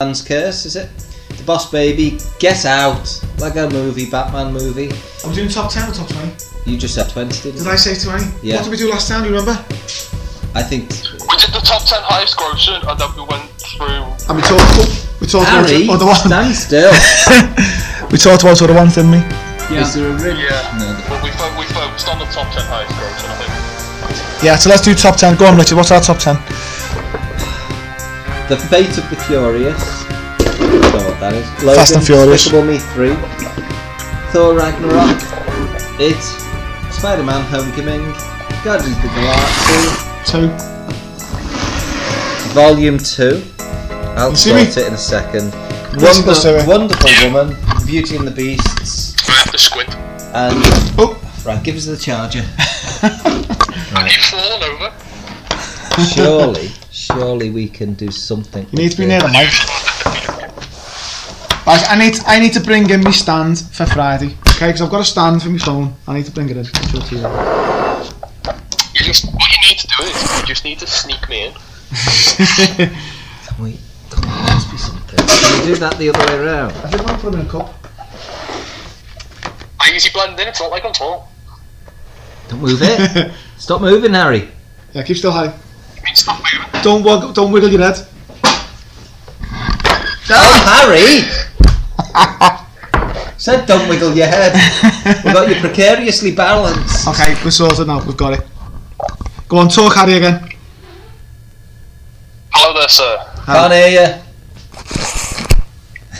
Batman's Curse, is it? The Boss Baby, Get Out, like a movie, Batman movie. I was doing top 10 or top 20. You just said 20, didn't Did you? I say 20? Yeah. What did we do last time, you remember? I think. We did the top 10 highest grossing and then we went through. And we talked, we talked Harry, about other one. stand still. We talked about other ones, didn't we? Is there a ring? Yeah. No, the- Well, we, fo- we focused on the top 10 highest grossing, I think. Yeah, so let's do top 10. Go on, Richard, what's our top 10? The Fate of the Furious. I don't know what that is. Logan, Fast and Furious. Despicable Me 3. Thor Ragnarok. It. Spider Man Homecoming. Guardians of the Galaxy. Two. Volume 2. I'll See me? sort it in a second. Let's- let's do Wonder, it. Wonderful Woman. Beauty and the Beasts. The squid. And. Oh. Right, give us the charger. Have you fallen over? Surely, surely we can do something. You need to be with near this. the mic. Right, I need I need to bring in my stand for Friday, okay? Because I've got a stand for my phone. I need to bring it in. Show it to you. You just, what you need to do is you just need to sneak me in. I Wait, come on, let's be something. Can we do that the other way around? think I'll put them in a cup. I usually blend in, it's not like I'm tall. Don't move it. Stop moving, Harry. Yeah, keep still high. I mean, stop moving. Don't wog- don't wiggle your head. Oh, Harry! Said don't wiggle your head. We've got you precariously balanced. Okay, we're sorted now. We've got it. Go on, talk Harry again. Hello there, sir. Can't hear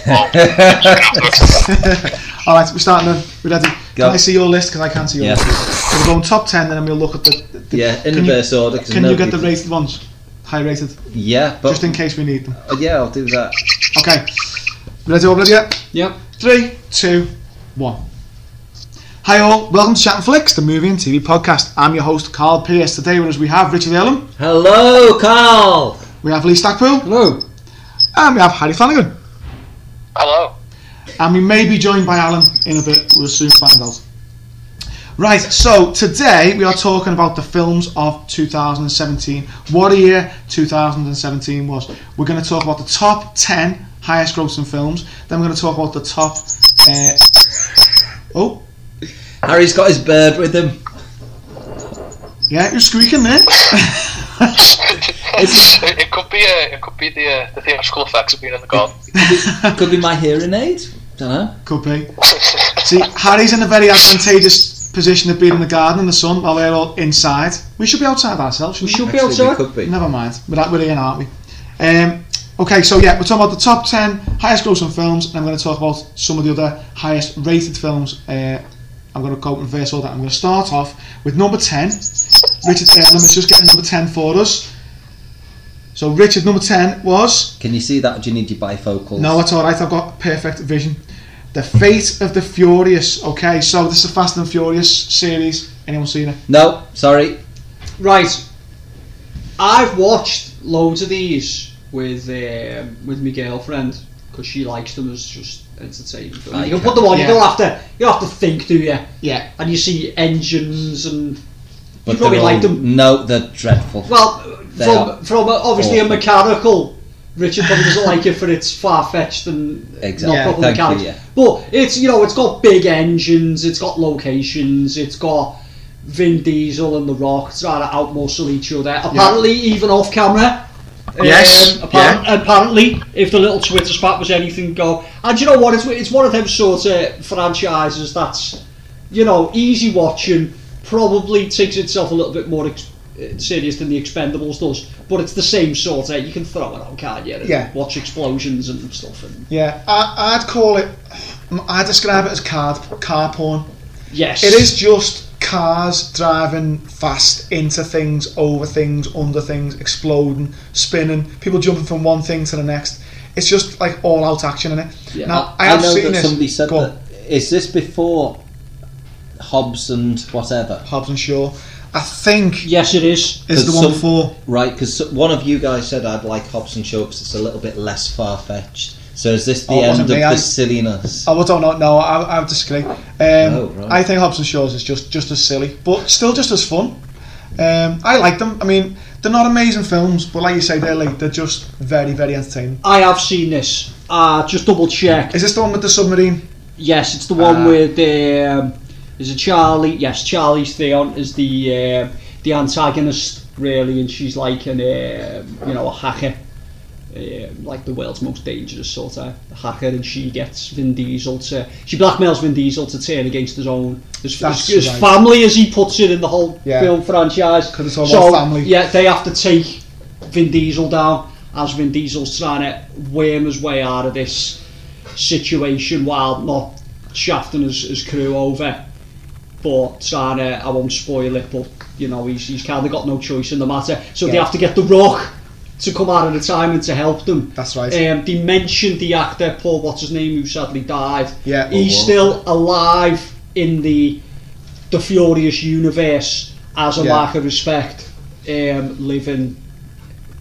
Well, you. All right, we're starting. Then. We're ready. Go. Can I see your list? Because I can't see your Yeah. list. So we're going top ten, and then we'll look at the. the yeah, in can you, reverse order. 'cause Can you get nobody- the rated ones? High rated, Yeah, but just in case we need them. oh, yeah, I'll do that. Okay. Ready, all ready yet? Yep. Three, two, one. Hi all, welcome to Chat and Flicks, the movie and TV podcast. I'm your host, Carl Pierce. Today with us we have Richard Elam, Hello, Carl. we have Lee Stackpool, Hello. and we have Harry Flanagan. hello. And we may be joined by Alan in a bit, we'll soon find out. Right, so today we are talking about the films of 2017. What a year 2017 was. We're going to talk about the top 10 highest grossing films, then we're going to talk about the top. Uh, oh, Harry's got his bird with him. yeah, you're squeaking there. it, it could be uh, it could be the, uh, the theatrical effects of being in the garden. Could be my hearing aid. Don't know. Could be. See, Harry's in a very advantageous position of being in the garden in the sun while they're all inside. We should be outside ourselves, shouldn't we? Should be outside. Could be. Never mind. We're, out- we're in, aren't we? Um, okay, so yeah, we're talking about the top 10 highest grossing films, and I'm going to talk about some of the other highest rated films. Uh, I'm going to go in reverse order. I'm going to start off with number 10. Richard Elam is just getting number 10 for us. So, Richard, number 10 was. Can you see that? Do you need your bifocals? No, it's all right. I've got perfect vision. The Fate of the Furious. Okay, so this is a Fast and Furious series. Anyone seen it? No. Sorry. Right. I've watched loads of these with um, with my girlfriend because she likes them as just entertainment. Ah, you you can put them on. yeah. You don't have to. You don't have to think, do you? Yeah. And you see engines and But probably they're liked them. No, they're dreadful. well, They are from from a, obviously a awful. mechanical. Richard probably doesn't like it for its far fetched and Exactly. not Yeah, proper thank you, mechanics. yeah. But it's you know it's got big engines, it's got locations, it's got Vin Diesel and The Rock trying to outmuscle each other. Apparently, even off camera. Yes, appar- Apparently, if the little Twitter spat was anything, go. And you know what? It's it's one of them sort of franchises that's you know easy watching. Probably takes itself a little bit more ex- eh, serious than the Expendables does, but it's the same sort. of You can throw it on, can't you? and Yeah. Watch explosions and stuff. And Yeah. I, I'd call it. I describe it as car car porn. yes, It is just cars driving fast into things, over things, under things, exploding, spinning, people jumping from one thing to the next. It's just like all out action in it. Yeah, Now, I, I have know seen that this. somebody said Go on. that. Is this before Hobbs and whatever? Hobbs and Shaw. I think Yes, it is. is the There's one some- before. Right, because one of you guys said I'd like Hobbs and Shaw 'cause it's a little bit less far fetched. So is this the Oh, it end wasn't of me, the I- silliness? Oh, I don't know. No, I, I would disagree. Um, Oh, right. I think Hobson Shaw's is just just as silly, but still just as fun. Um, I like them. I mean, They're not amazing films, but like you say, they're like, they're just very, very entertaining. I have seen this. Uh, just double check. Is this the one with the submarine? Yes, it's the one Uh, with the um, is it Charlie? Yes, Charlie Theon is the uh, the antagonist really, and she's like an um you know a hacker, uh, like the world's most dangerous sort of hacker, and she gets Vin Diesel to she blackmails Vin Diesel to turn against his own his, That's his, his right. family as he puts it in the whole Yeah. film franchise. 'Cause it's all so, about family. Yeah, they have to take Vin Diesel down as Vin Diesel's trying to worm his way out of this situation while not shafting his, his crew over. But trying to, I won't spoil it, but you know, he's, he's kind of got no choice in the matter. So they Yeah. have to get The Rock to come out of retirement to help them. That's right. Um, they mentioned the actor, Paul, what's his name, who sadly died. Yeah. He's wow. still alive in the the Furious universe as a Yeah. mark of respect, um, living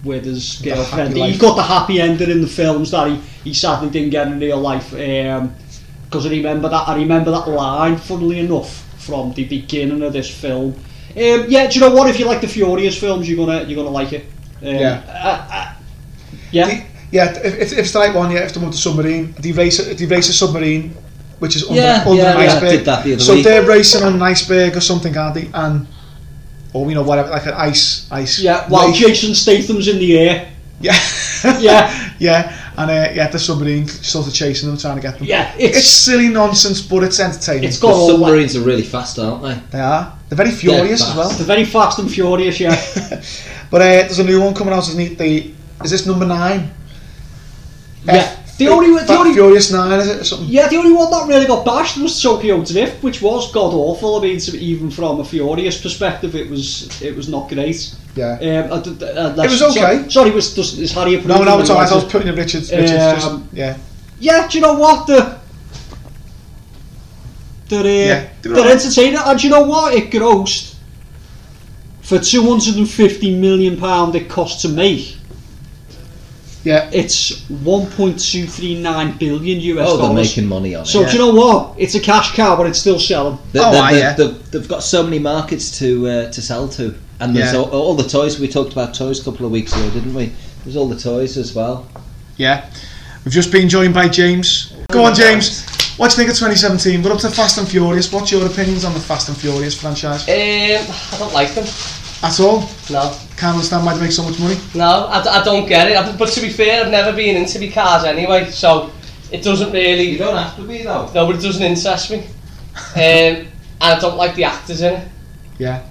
with his girlfriend. happy He life. got the happy ending in the films that he, he sadly didn't get in real life. Because I remember that I remember that line, funnily enough, from the beginning of this film. Um, yeah, do you know what? If you like the Furious films, you're gonna you're gonna like it. Um, Yeah. I- I- yeah. The- Yeah, if, if, if it's the right one, yeah, if the one with the submarine, they race, a- they race a submarine, which is under, Yeah, under yeah, an yeah, iceberg. did that the other so week. they're racing on an iceberg or something, aren't they? And, or, you know, whatever, like an ice, ice. yeah. While lake. Jason Statham's in the air. Yeah. Yeah. yeah. And uh, yeah, the submarine sort of chasing them, trying to get them. Yeah, It's, it's silly nonsense, but it's entertaining. it's got The all that. submarines are really fast, aren't they? they are. They're very furious as well. fast. They're very fast and furious. Yeah. But uh, there's a new one coming out, isn't it? The, is this number nine? Yeah. The only the Fat only Furious Nine, is it? Or something? yeah the only one that really got bashed was Tokyo Drift, which was god awful. I mean, to- even from a furious perspective, it was it was not great. Yeah. Um, I d- uh, that's- was okay. Sorry, sorry was does, is Harry approving No, no, the it's alright. I was language? putting it Richards. Richards just, Um, yeah. Yeah, do you know what the. They're, uh, Yeah, they were they're alright. entertaining, and do you know what? It grossed for two hundred and fifty million pound. It cost to make. Yeah. It's one point two three nine billion US Oh, they're dollars. making money on it. So do you know what? It's a cash cow, but it's still selling. They, Oh, they, aye, they, yeah. they've, they've got so many markets to uh, to sell to, and there's Yeah. all, all the toys. We talked about toys a couple of weeks ago, didn't we? There's all the toys as well. Yeah. We've just been joined by James. Go on, James. What do you think of 2017? We're up to Fast and Furious. What's your opinions on the Fast and Furious franchise? Um, I don't like them. At all? No, Can't understand why they make so much money. no, I, d- I don't get it. I, but to be fair, I've never been into the cars anyway, so it doesn't really. don't have to be though. No, but it doesn't interest me. Um, and I don't like the actors in it. Yeah.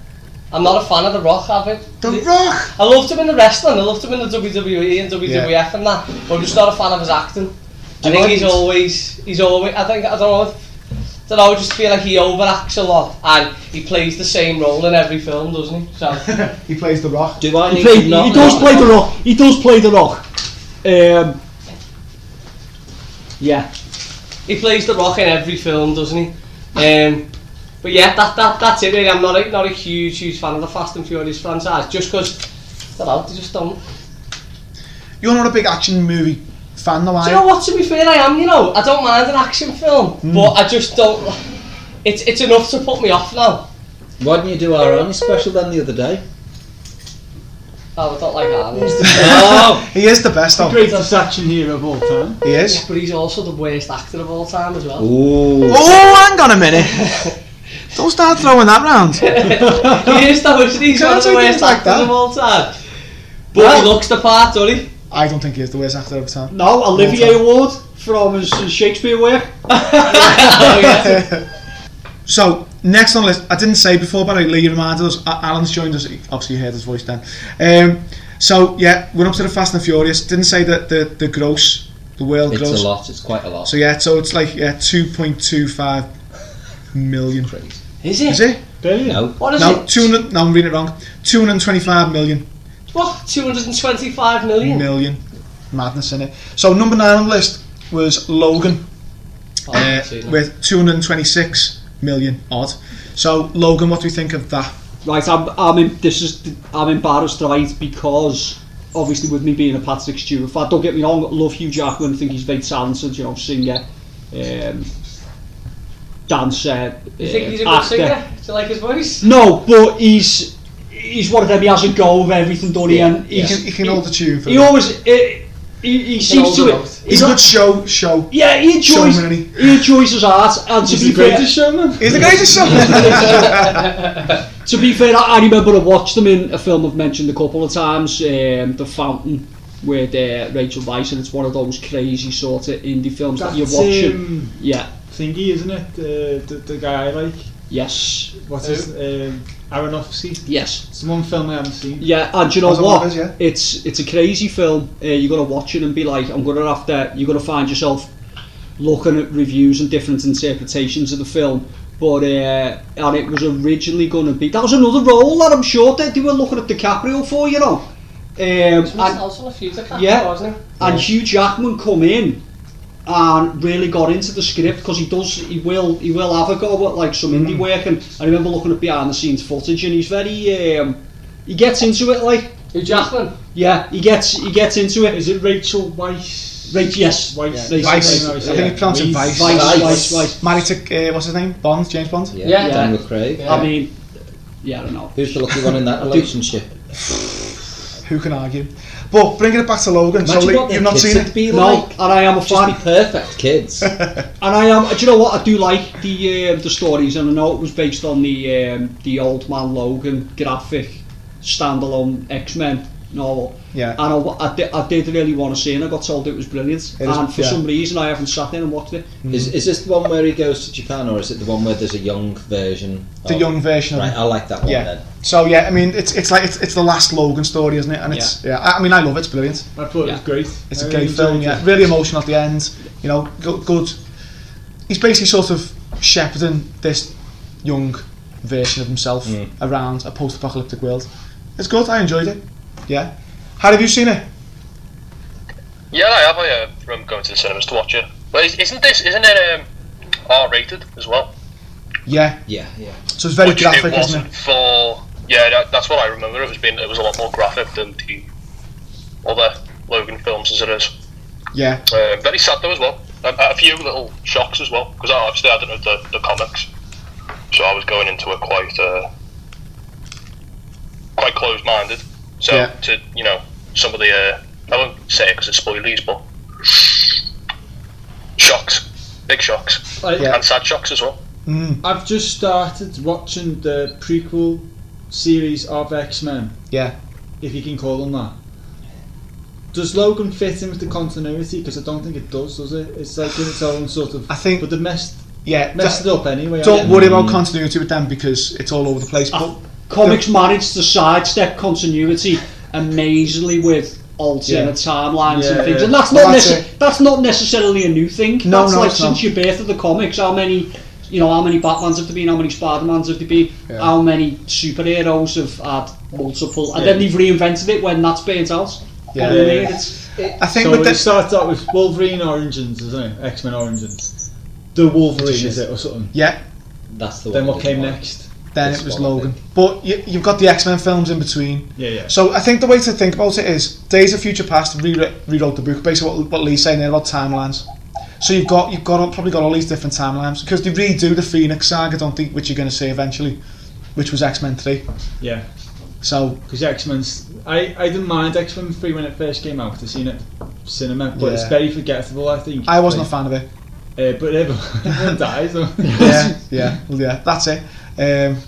I'm not a fan of The Rock, have it. The Rock! I loved him in the wrestling, I loved him in the WWE and WWF Yeah. and that, but I'm just not a fan of his acting. I you think mind? he's always, he's always, I think, I don't know, I don't know, I just feel like he overacts a lot and he plays the same role in every film, doesn't he? So, he plays The Rock. Do I He, need play, to not? he does play the rock. He does play the rock. Um, yeah, He plays the rock in every film, doesn't he? Um, but yeah, that, that that's it. Really. I'm not a, not a huge huge fan of the Fast and Furious franchise, just because they're out. They just don't. You're not a big action movie fan, though, Do are you know what? To be fair, I am. You know, I don't mind an action film, Hmm. but I just don't. It's it's enough to put me off now. Why didn't you do our only special then the other day? Oh, I don't like Arnold, Oh, He is the best, though. greatest action hero of all time. He is. but he's also the worst actor of all time as well. Ooh. Oh, hang on a minute. Don't start throwing that round. he is though. Isn't he? He's Can't one of the say worst things like actors that. of all time. But Well- he looks the part, doesn't he? I don't think he is the worst actor of time. No, Olivier Award from his his Shakespeare work. Oh, yeah. So next on the list, I didn't say before, but Lee reminded us. A- uh, Alan's joined us. He- Obviously, you heard his voice then. Um, so yeah, went up to the Fast and Furious. Didn't say that the the gross, the world It's gross. a lot. It's quite a lot. So yeah, so it's like yeah, two point two five million. Crazy. Is he? Is it? There you No. What is No, it? two hundred. No, I'm reading it wrong. Two hundred twenty-five million What? Two hundred and twenty-five million. million. Madness in it. So number nine on the list was Logan Oh, uh, see, no. with two hundred twenty-six million odd. So Logan, what do we think of that? Right, I'm, I'm in, this is I'm embarrassed, right? Because obviously with me being a Patrick Stewart fan, don't get me wrong, love Hugh Jackman, think he's very talented, you know, singer, um, dancer, You think uh, he's a good Dus actor. singer? Do you like his voice? No, but he's he's one of them. He has a go of everything, don't he? And He he's, can, he can hold the tune for He them. always he, he, he seems hold to it it. up. He's a good show, show. Yeah, he enjoys showman, isn't he enjoys his art, and to be fair, showman. He's the greatest showman. to be fair, I, I remember I watched them in a film I've mentioned a couple of times, um, The Fountain, with uh, Rachel Weisz, and it's one of those crazy sort of indie films that you're That's, watching. um, yeah, thingy, isn't it? Uh, the, the guy, like, yes, what's his, um, Aronofsky. yes. It's one film I haven't seen. Yeah, and you know That's what? what it is, yeah. It's it's a crazy film. Uh, you're gonna watch it and be like, I'm gonna have to. You're gonna find yourself looking at reviews and different interpretations of the film. But uh, and it was originally gonna be that was another role that I'm sure that they were looking at DiCaprio for, you know. Ah. Um, and, also a few to Yeah. wasn't he? and Hugh Jackman come in and really got into the script because he does he will he will have a go at like some indie work and I remember looking at behind the scenes footage and he's very um, he gets into it like Hugh Jackman. yeah, he gets he gets into it. Uh, Is it Rachel Weiss? Rach- yes. Weiss. Yeah. Vice. Vice. I think it's pronounced Vice. Weiss. Vice, Vice. vice, vice. Married to, uh, what's his name? Bond, James Bond. Yeah, Yeah. Daniel Craig. Yeah. I mean, yeah, I don't know. Who's the lucky one in that relationship? Who can argue? But bringing it back to Logan, so Imagine Lee, what you've them not kids seen would it. be No, like. and I am a Just fan. be perfect kids. And I am. Do you know what? I do like the um, the stories, and I know it was based on the um, the old man Logan graphic standalone X Men novel. Yeah. And I, wa- I, di- I did really want to see it. and I got told it was brilliant, It is- and for yeah. some reason I haven't sat in and watched it. Is, is this the one where he goes to Japan, or is it the one where there's a young version? The of- young version of Right, it. I like that one Yeah. then. So yeah, I mean, it's it's like it's, it's the last Logan story, isn't it? And it's yeah. I, I mean, I love it. It's brilliant. I thought Yeah. it was Uh, great. It's a a great film. Yeah, really emotional at the end. You know, good. good. He's basically sort of shepherding this young version of himself Mm. around a post-apocalyptic world. It's good. I enjoyed it. Yeah. How have you seen it? Yeah, I have. I uh, remember going to the cinemas to watch it. But is- isn't this isn't it um, R-rated as well? Yeah. Yeah, yeah. So it's very Which graphic, it isn't wasn't it? for. Yeah, that, that's what I remember. It was being it was a lot more graphic than the other Logan films as it is. Yeah. Um, very sad though as well. And a few little shocks as well because obviously I don't know the, the comics, so I was going into it quite uh, quite closed minded. So Yeah. to you know some of the uh, I won't say it because it's spoilers, but shocks, big shocks, Like, Yeah. and sad shocks as well. Mm, I've just started watching the prequel series of X Men, yeah. if you can call them that. Does Logan fit in with the continuity? Because I don't think it does, does it? It's like in its own sort of. I think- But they messed Yeah. messed it Mm. Oh, up anyway. Don't haven't worry about continuity with them because it's all over the place. Ah, But Comics managed to sidestep continuity amazingly with alternate timelines Yeah, and things, yeah. and that's Well, not that's nece- it. that's not necessarily a new thing. No, that's no, like it's since not. your birth of the comics, how many you know how many Batmans have there been, how many Spider-Mans have there been, Yeah. how many superheroes have had multiple, and then they've reinvented it when that's burnt out. Yeah. And Yeah. then it's- I think so with it this, starts out with Wolverine Origins, isn't it? X Men Origins. The Wolverine, Shit. is it, or something? yeah. That's the one. Then what I came like. next? Then This it was one, I Logan. But you, you've got the X Men films in between. Yeah, yeah. So I think the way to think about it is Days of Future Past re- rewrote the book. Basically, what, what Lee's saying there about timelines. So you've got you've got probably got all these different timelines because they redo the Phoenix saga, don't think, which you're going to see eventually, which was X Men three. Yeah. So Because X Men's, I, I didn't mind X Men Three when it first came out. I seen it cinema, but it's Yeah. very forgettable. I think. I wasn't a Like, fan of it. Uh, but everyone dies. though. Yeah, yeah, well, yeah. That's it. Um,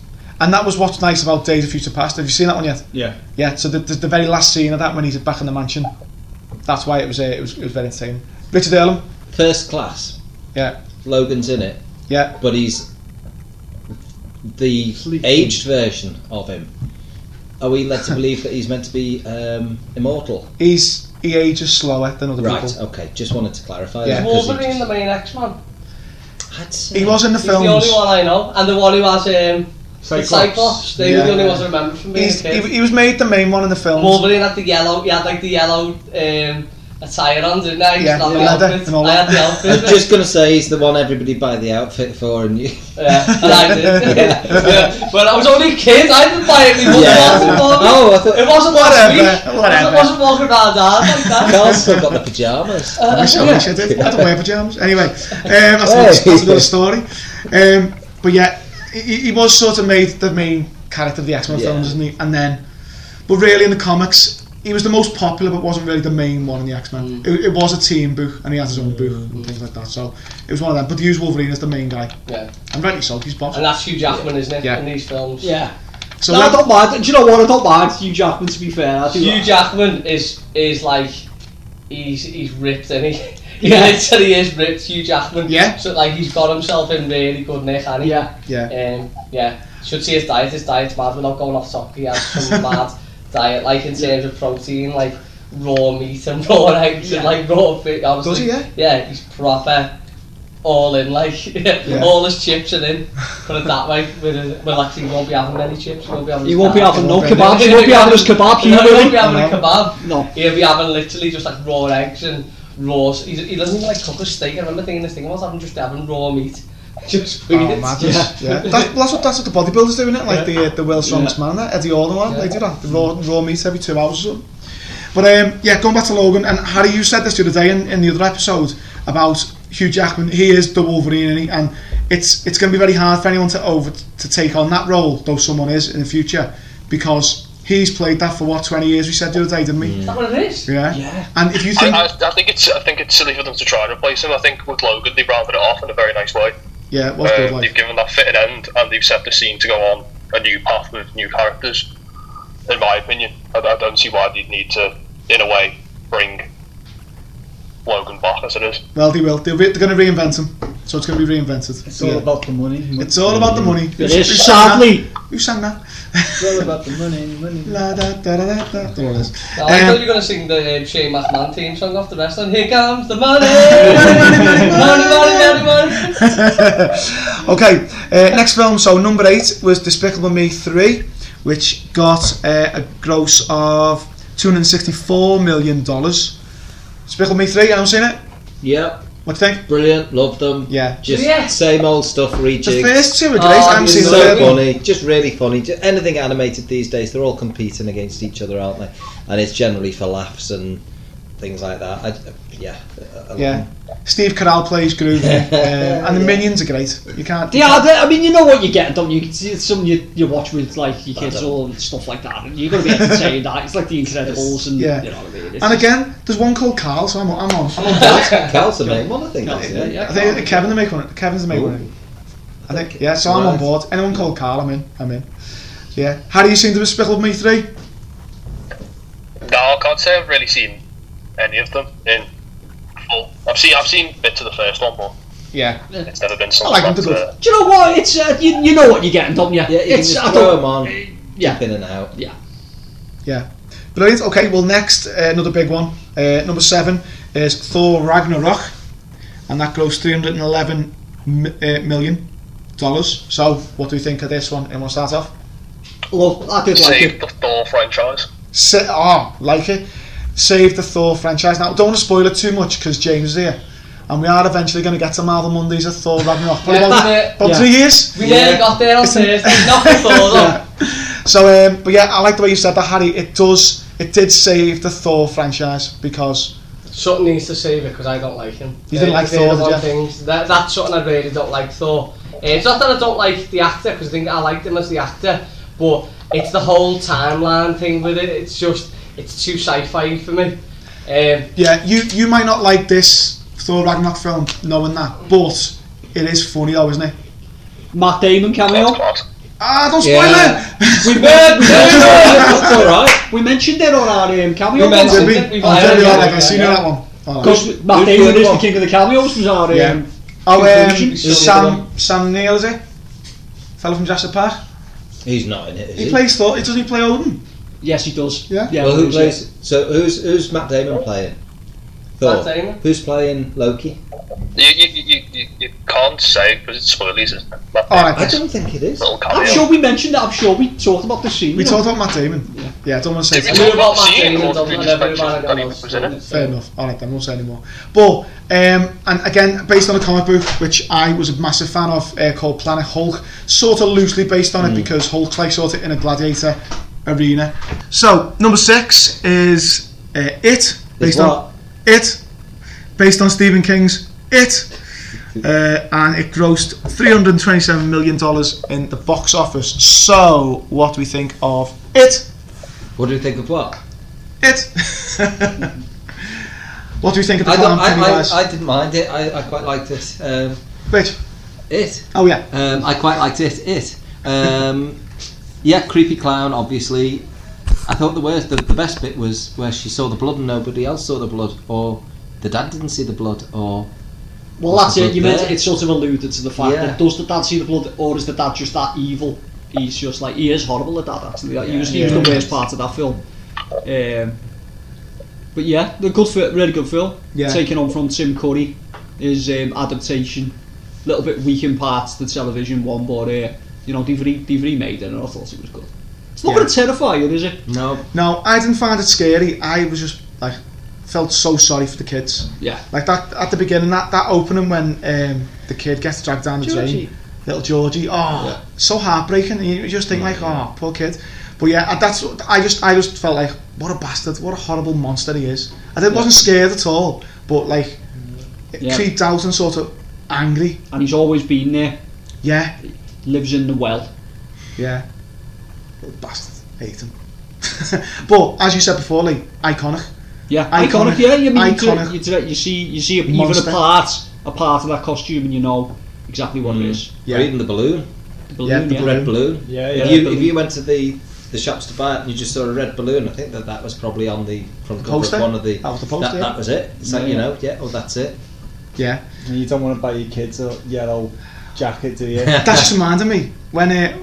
and that was what's nice about Days of Future Past. Have you seen that one yet? yeah. Yeah, so the, the, the very last scene of that when he's back in the mansion, that's why it was uh, it was it was very entertaining. Richard Earlham, First class. yeah, Logan's in it, yeah, but he's the Sleeping. aged version of him. Are we led to believe that he's meant to be um, immortal? he's he ages slower than other Right. people. Okay. Just wanted to clarify. Yeah. that, 'cause he Wolverine, the just- main X-Man. I'd say- He was in the He's the films. only one I know, and the one who has um, the Cyclops. Cyclops. They were Yeah. the only ones I remember from being He's, a kid. he, he was made the main one in the films. Wolverine had the yellow. He had like the yellow um, attire on, didn't he? He Yeah, just had the the leather outfit. and all I had the I outfit. was just gonna say he's the one everybody buy the outfit for, and you. Yeah, and I did. yeah. But I was only a kid. I didn't buy it. It wasn't yeah. walking. Oh, I thought. It wasn't last Whatever, week. whatever. It wasn't walking around hard like that. Carl's still got the pajamas. I wish, I wish I did. I don't wear pajamas. Anyway, um, that's, another- that's another story. Um, but yeah, he, he was sort of made the main character of the X Men Yeah. films, isn't he? And then, but really in the comics, he was the most popular, but wasn't really the main one in the X Mm. Men. It, it was a team book, and he had his own book and things like that. So it was one of them. But the use Wolverine is the main guy, Yeah. and rightly so. He's boss. And that's Hugh Jackman, isn't it? Yeah. In these films. Yeah. So no, I let- don't mind. Do you know what? I don't mind Hugh Jackman, to be fair. I do Hugh Jackman is is like he's he's ripped and he Yeah. yeah. literally is ripped Hugh Jackman. Yeah. So like he's got himself in really good nick, and he? Yeah. yeah, Um, yeah. Should see his diet. His diet's mad. We're not going off topic. He has some mad diet, like in terms of protein, like raw meat and raw eggs and Yeah. like raw fish. Honestly, Does he, yeah? yeah, he's proper. All in, like all his chips are in. Put it that way. With his, well, actually, he won't be having many chips. He won't be having. He his won't be diet. having no He kebab. He won't be having his kebab. Hugh, No, he won't be will having a kebab. he? No. He'll be having literally just like raw eggs and raw. He, he doesn't even like cook a steak. I remember thinking this thing was having just having raw meat. Just Oh, squeeze it. madness. Yeah. That's, well, that's what that's what the bodybuilders doing it, like the the world's strongest man, that Eddie Orton one. They do that, the raw, raw meat every two hours or something. But um, yeah, going back to Logan and Harry, you said this the other day in, in the other episode about Hugh Jackman. He is the Wolverine, and, he, and it's it's going to be very hard for anyone to over to take on that role, though someone is in the future, because he's played that for what twenty years. We said the other day, didn't we? Is that what it is? Yeah. And if you I, think, I, I think it's I think it's silly for them to try and replace him. I think with Logan they rounded it off in a very nice way. yeah, it was good. Uh, they've Like, given that fitting end and they've set the scene to go on a new path with new characters. In my opinion, I, I don't see why they'd need to, in a way, bring Logan back as it is. well, they will. They'll re- they're going to reinvent him, so it's going to be reinvented. It's all Yeah. about the money. It's all about the money. It is, sadly. Who sang that? It's all about the money. money. La da da da da da. Don't know what it is. Now, I thought you Um, were going to sing the um, Shane McMahon theme song off the wrestling. Here comes the money! Money, money, money, money, money, money, money. money. okay, uh, next film. So number eight was Despicable Me three, which got uh, a gross of two hundred sixty-four million dollars. Despicable Me three. I haven't seen it. Yep, What do you think? brilliant, love them. Yeah. Just Yeah. same old stuff rejigged. The first two are great. Oh, I haven't they're seen the so third one. funny, just really funny. Ju- anything animated these days, they're all competing against each other, aren't they? And it's generally for laughs and things like that. I, yeah, I- I- Yeah. Steve Carell plays Groovy, uh, and the Minions are great. You can't. Yeah, I, don't- I mean, you know what you get, don't you? It's it's something you, you watch with like your kids don't- all and stuff like that, and you're gonna be entertained. at it. It's like The Incredibles, and Yeah. you know what I mean. It's And again, there's one called Carl, so I'm, I'm on. I'm on Cal's the main one, I think. Cal's isn't the- it? yeah. I think Kevin the make one. Kevin's the make one. I think yeah. So I'm on board. Anyone called Carl, I'm in. I'm in. Yeah. How do you seem to Despicable Me three? No, I can't say I've really seen any of them in full. I've seen I've seen bits of the first one, but Yeah. it's never been I like something them, that, they're uh, Do you know what? It's uh, you, you know what you're getting, don't you? Yeah, you it's, can I just throw don't- them on, yeah. dip in and out. Yeah. Brilliant. Okay. Well, next uh, another big one. Uh, number seven is Thor Ragnarok, and that grossed 311 mi- uh, million dollars. So what do we think of this one? Anyone start off? Love, I did like save it. the Thor franchise. Sa- oh, like it. Save the Thor franchise. Now, don't want to spoil it too much because James is here. And we are eventually going to get to Marvel Mondays of Thor Ragnarok. Probably Yeah, about, that's it. about Yeah. three years. We nearly got there on Thursday. Not before though. So, um, but yeah, I like the way you said that, Harry. It does, it did save the Thor franchise because Sutton needs to save it because I don't like him. You didn't Uh, like he's Thor, one did you? of Things. That, that's something I really don't like Thor. Uh, it's not that I don't like the actor because I think I liked him as the actor, but it's the whole timeline thing with it. It's just it's too sci-fi for me. Um, yeah, you you might not like this Thor Ragnarok film knowing that, but it is funny though, isn't it? Matt Damon That's cameo. class. Ah, don't spoil Yeah. it. We, men- we mentioned it. That's all right. We mentioned it on our um, cameo. We Did mentioned we? it. We've Oh, had did it, we? yeah, Oh, like, I yeah, seen yeah. that one. All right. Because Matt Damon is the king of the cameos. Was our um, Yeah. Oh, Conclusion. um, Still Sam Sam Neill is it? Fellow from Jurassic Park. He's not in it, is He he? plays Thor. Doesn't he play Odin? Yes, he does. Yeah. yeah well, he who does, plays? So who's who's Matt Damon playing? Thor. Matt Damon. Who's playing Loki? You, you, you, you, you can't say because it's spoilers. Isn't it? That All right. I don't think it is. little yeah. I'm cameo. sure we mentioned it. I'm sure we talked about the scene. We you know. talked about Matt Damon. Yeah, don't want to say Did we I that. talk knew about about Matt seeing Damon, or don't did I we know just about mention that he anyone was in it? else. Fair enough. All right, then won't say anymore. But um, and again, based on a comic book which I was a massive fan of, uh, called Planet Hulk, sort of loosely based on it because Hulk's like sort of in a gladiator arena. So number six is uh, it based Is on it based on Stephen King's it. uh, and it grossed $327 million in the box office. So, what do we think of it? What do you think of what? It! what do we think of the I, don't, clown I, Pennywise? I, I didn't mind it. I, I quite liked it. Um, Rich? it. Oh, yeah. Um, I quite liked it. It. Um, yeah, creepy clown. Obviously, I thought the worst, the, the best bit was where she saw the blood and nobody else saw the blood, or the dad didn't see the blood, or Well, that's it. You meant Yeah. it's sort of alluded to the fact Yeah. that does the dad see the blood, or is the dad just that evil? He's just like he is horrible. The dad actually, Like, he was he was the worst part of that film. Um, but yeah, the good, fi- really good film. Yeah. Taken on from Tim Curry, his um, adaptation, a little bit weak in parts, the television one, but uh, you know they've, re- they've remade it, and I thought it was good. It's not Yeah. going to terrify you, is it? no. No, I didn't find it scary. I was just like, felt so sorry for the kids. Yeah. Like that at the beginning, that, that opening when um, the kid gets dragged down the Georgie. drain, little Georgie. Oh, so heartbreaking. And you just think like, oh, poor kid. But yeah, I- that's I just I just felt like what a bastard, what a horrible monster he is. I did, wasn't scared at all, but like it Yeah. creeped out and sort of angry. And he's always been there. Yeah, Lives in the well. yeah. Little bastard, hate him. but as you said before, Lee, iconic. Yeah, Iconic. iconic. yeah, you mean Iconic. You, do- you see, you see a, even Monster. a part, a part of that costume, and you know exactly what it is. Yeah. Mm-hmm. Or even the balloon, The balloon, Yeah, the yeah. red balloon. Yeah, If yeah. you, if you went to the the shops to buy it and you just saw a red balloon, I think that that was probably on the front cover Poster? of one of the. That was the poster, That, yeah. that was it. It's like Yeah, you yeah. know, yeah. Oh, that's it. Yeah. And you don't want to buy your kids a yellow jacket, do you? That just reminded me when uh,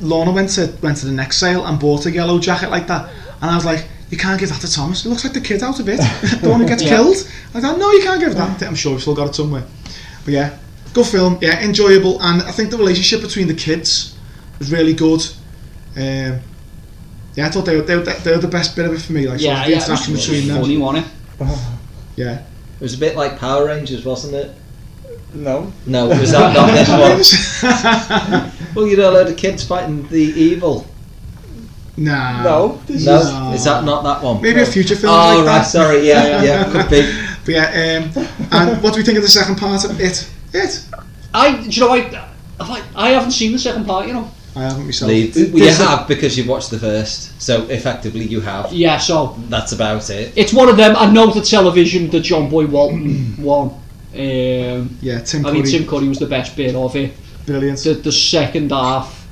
Lorna went to went to the next sale and bought a yellow jacket like that, and I was like, "You can't give that to Thomas. It looks like the kid out of it, the one who gets killed." I thought, "No, you can't give that." to him." I'm sure we've still got it somewhere. But yeah, good film. Yeah, enjoyable, and I think the relationship between the kids was really good. Um, yeah, I thought they were, they were they were the best bit of it for me. Like sort Yeah, of yeah, the it was interaction between them. funny, wasn't it? Yeah. It was a bit like Power Rangers, wasn't it? No. No, was that not this one? Well, you know, a load of kids fighting the evil. nah. No. This No, is- is that not that one? Maybe a future film. Oh like right, that. sorry, yeah, yeah, could be. But yeah, um, and what do we think of the second part of it? It. I, do you know, I, I, I haven't seen the second part. You know. I haven't myself. Leave. This- Well, you this- have because you've watched the first, so effectively you have. Yeah, so That's about it. it's one of them. I know the television, the John Boy Walton one. Um, Yeah, Tim I Curry, mean, Tim Curry was the best bit of it. brilliant. The, the second half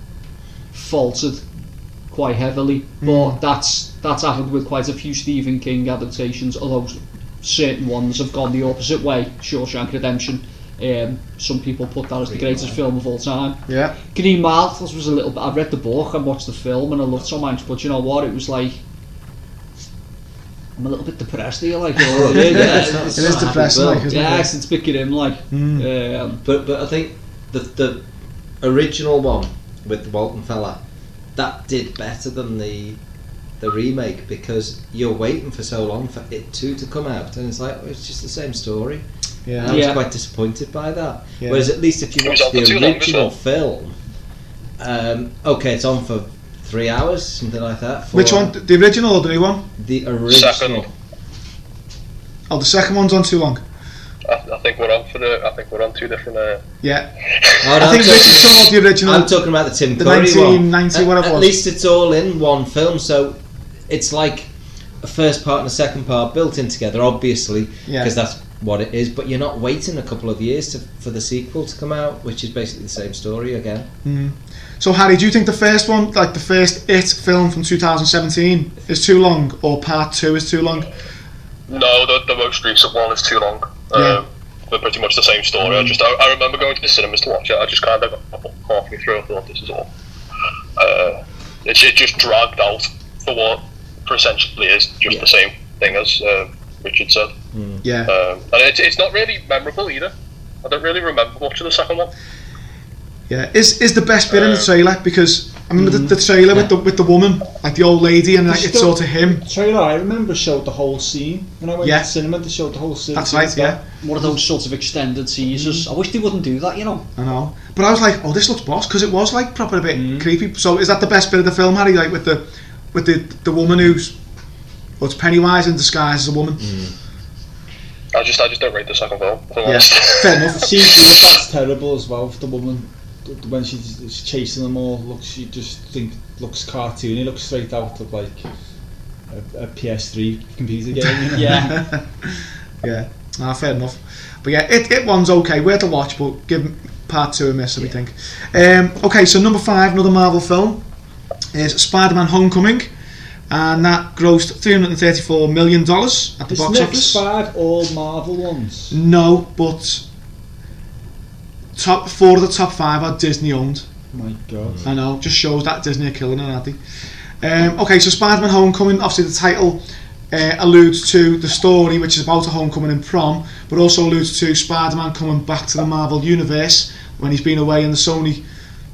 faltered quite heavily, but Hmm. that's that's happened with quite a few Stephen King adaptations, although s- certain ones have gone the opposite way. Shawshank Redemption, um, some people put that as the greatest film of all time. Yeah, Green Mile this was a little bit. I read the book and watched the film and I loved Tom Hanks, but you know what? It was like. I'm a little bit depressed here, like. oh, yeah, yeah, it's not- it is not a happy depressing, film. like, isn't yeah, it? Hmm. it's, it's picking him, like. Um, But but I think the the original one with the Walton fella that did better than the the remake because you're waiting for so long for it two to come out and it's like it's just the same story. And I Yeah, was Yeah. quite disappointed by that. Yeah. Whereas at least if you It was watch on for the too long, wasn't original it? film, um, okay, it's on for three hours, something like that. For Which one? The original or the new one? The Second. original. Oh, the second one's on too long. I, I think we're on for the. I think we're on two different. Uh, Yeah, Oh, no, I think I'm Richard's talking- talking about the original. I'm talking about the Tim The Curry 1990 one. whatever at, it was. least it's all in one film, so it's like a first part and a second part built in together, obviously, because Yeah. that's what it is. But you're not waiting a couple of years to, for the sequel to come out, which is basically the same story again. so, Harry, do you think the first one, like the first It film from 2017, is too long, or part two is too long? no, the, the most recent one is too long. Yeah. Um, they're pretty much the same story. I just I, I remember going to the cinemas to watch it. I just kind of got halfway through. I thought this is all. Uh, it, ju- just dragged out for what for essentially is just the same thing as um Richard said. Yeah, Um, and it's, it's not really memorable either. I don't really remember much of the second one. yeah. Is is the best bit in the trailer because I remember the, the trailer with the with the woman, like the old lady, and like Just it's don't- sort of him. Trailer, I remember showed the whole scene. When I went Yeah. to the cinema, they showed the whole scene. That's right. Yeah, one of those sort of extended teasers. I wish they wouldn't do that, you know. I know. But I was like, oh, this looks boss because it was like proper a bit creepy. So, is that the best bit of the film, Harry? Like with the with the the woman who's well, it's Pennywise in disguise as a woman. I just I just don't rate the second film. If I'm Yeah. honest. Fair enough. See, that's terrible as well for the woman th- when she's, she's chasing them all. Looks, she just think looks cartoony. Looks straight out of like a, a PS3 computer game. You know? Yeah. yeah. Ah, fair enough. But yeah, it, it one's okay. We're to watch, but give part two a miss, I think. Um, okay, so number five, another Marvel film, is Spider Man Homecoming. And that grossed $334 million at the Is box Nick office. Mm. Five all Marvel ones. No, but top four of the top five are Disney owned. My God. I know, just shows that Disney are killing it, aren't they? Um, okay, so Spider Man Homecoming, obviously the title uh, alludes to the story, which is about a homecoming and prom, but also alludes to Spider Man coming back to the Marvel Universe when he's been away in the Sony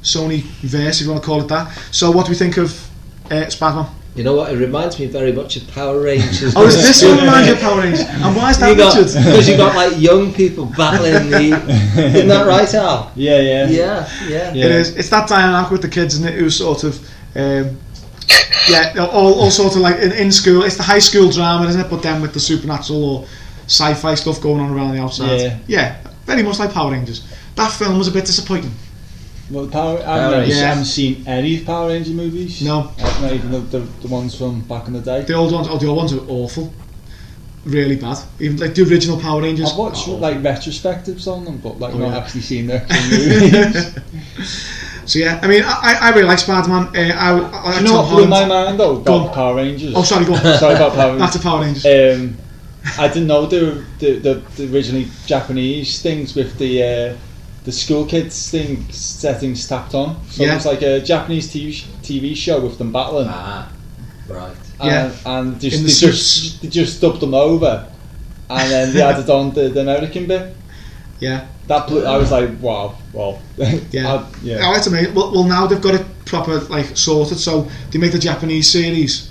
Sony verse, if you want to call it that. So, what do we think of uh, Spider Man? You know what? It reminds me very much of Power Rangers. Oh, is this one reminds you of Power Rangers? And why is that, Richard? Because you got like young people battling the. Isn't that right, Al? Yeah, yeah. Yeah, yeah. It is. It's that dynamic with the kids, and it who's sort of, um, yeah, all, all sort of like in, in school. It's the high school drama, isn't it? But then with the supernatural or sci-fi stuff going on around the outside. Yeah. very much like Power Rangers. That film was a bit disappointing. Well, Power, I, Power haven't- Rangers. I haven't seen any Power Ranger movies. No, Uh, Not even the, the, the ones from back in the day. the old ones. Oh, the old ones are awful. Really bad. Even like the original Power Rangers. I've watched like retrospectives on them, but like Oh, not yeah. actually seen the actual movies. so yeah, I mean, I, I I really like Spider-Man. Uh, I, I like you know Tom what blew Holland. my mind though? Go About on. Power Rangers. Oh, sorry, go on. Sorry about Power Rangers. That's a Power Rangers. Um, I didn't know they were the, the, the originally Japanese things with the uh, the school kids thing settings tapped on. So Yeah. it was like a Japanese TV, sh- TV show with them battling. Ah, right. And, Yeah. and just, In the they, suits. just, they just dubbed them over. And then they added on the, the American bit. yeah. That blew, I was like, Ah, wow, well. Yeah. I- yeah. Oh, that's amazing. Well, well, now they've got it proper like sorted. So they make the Japanese series,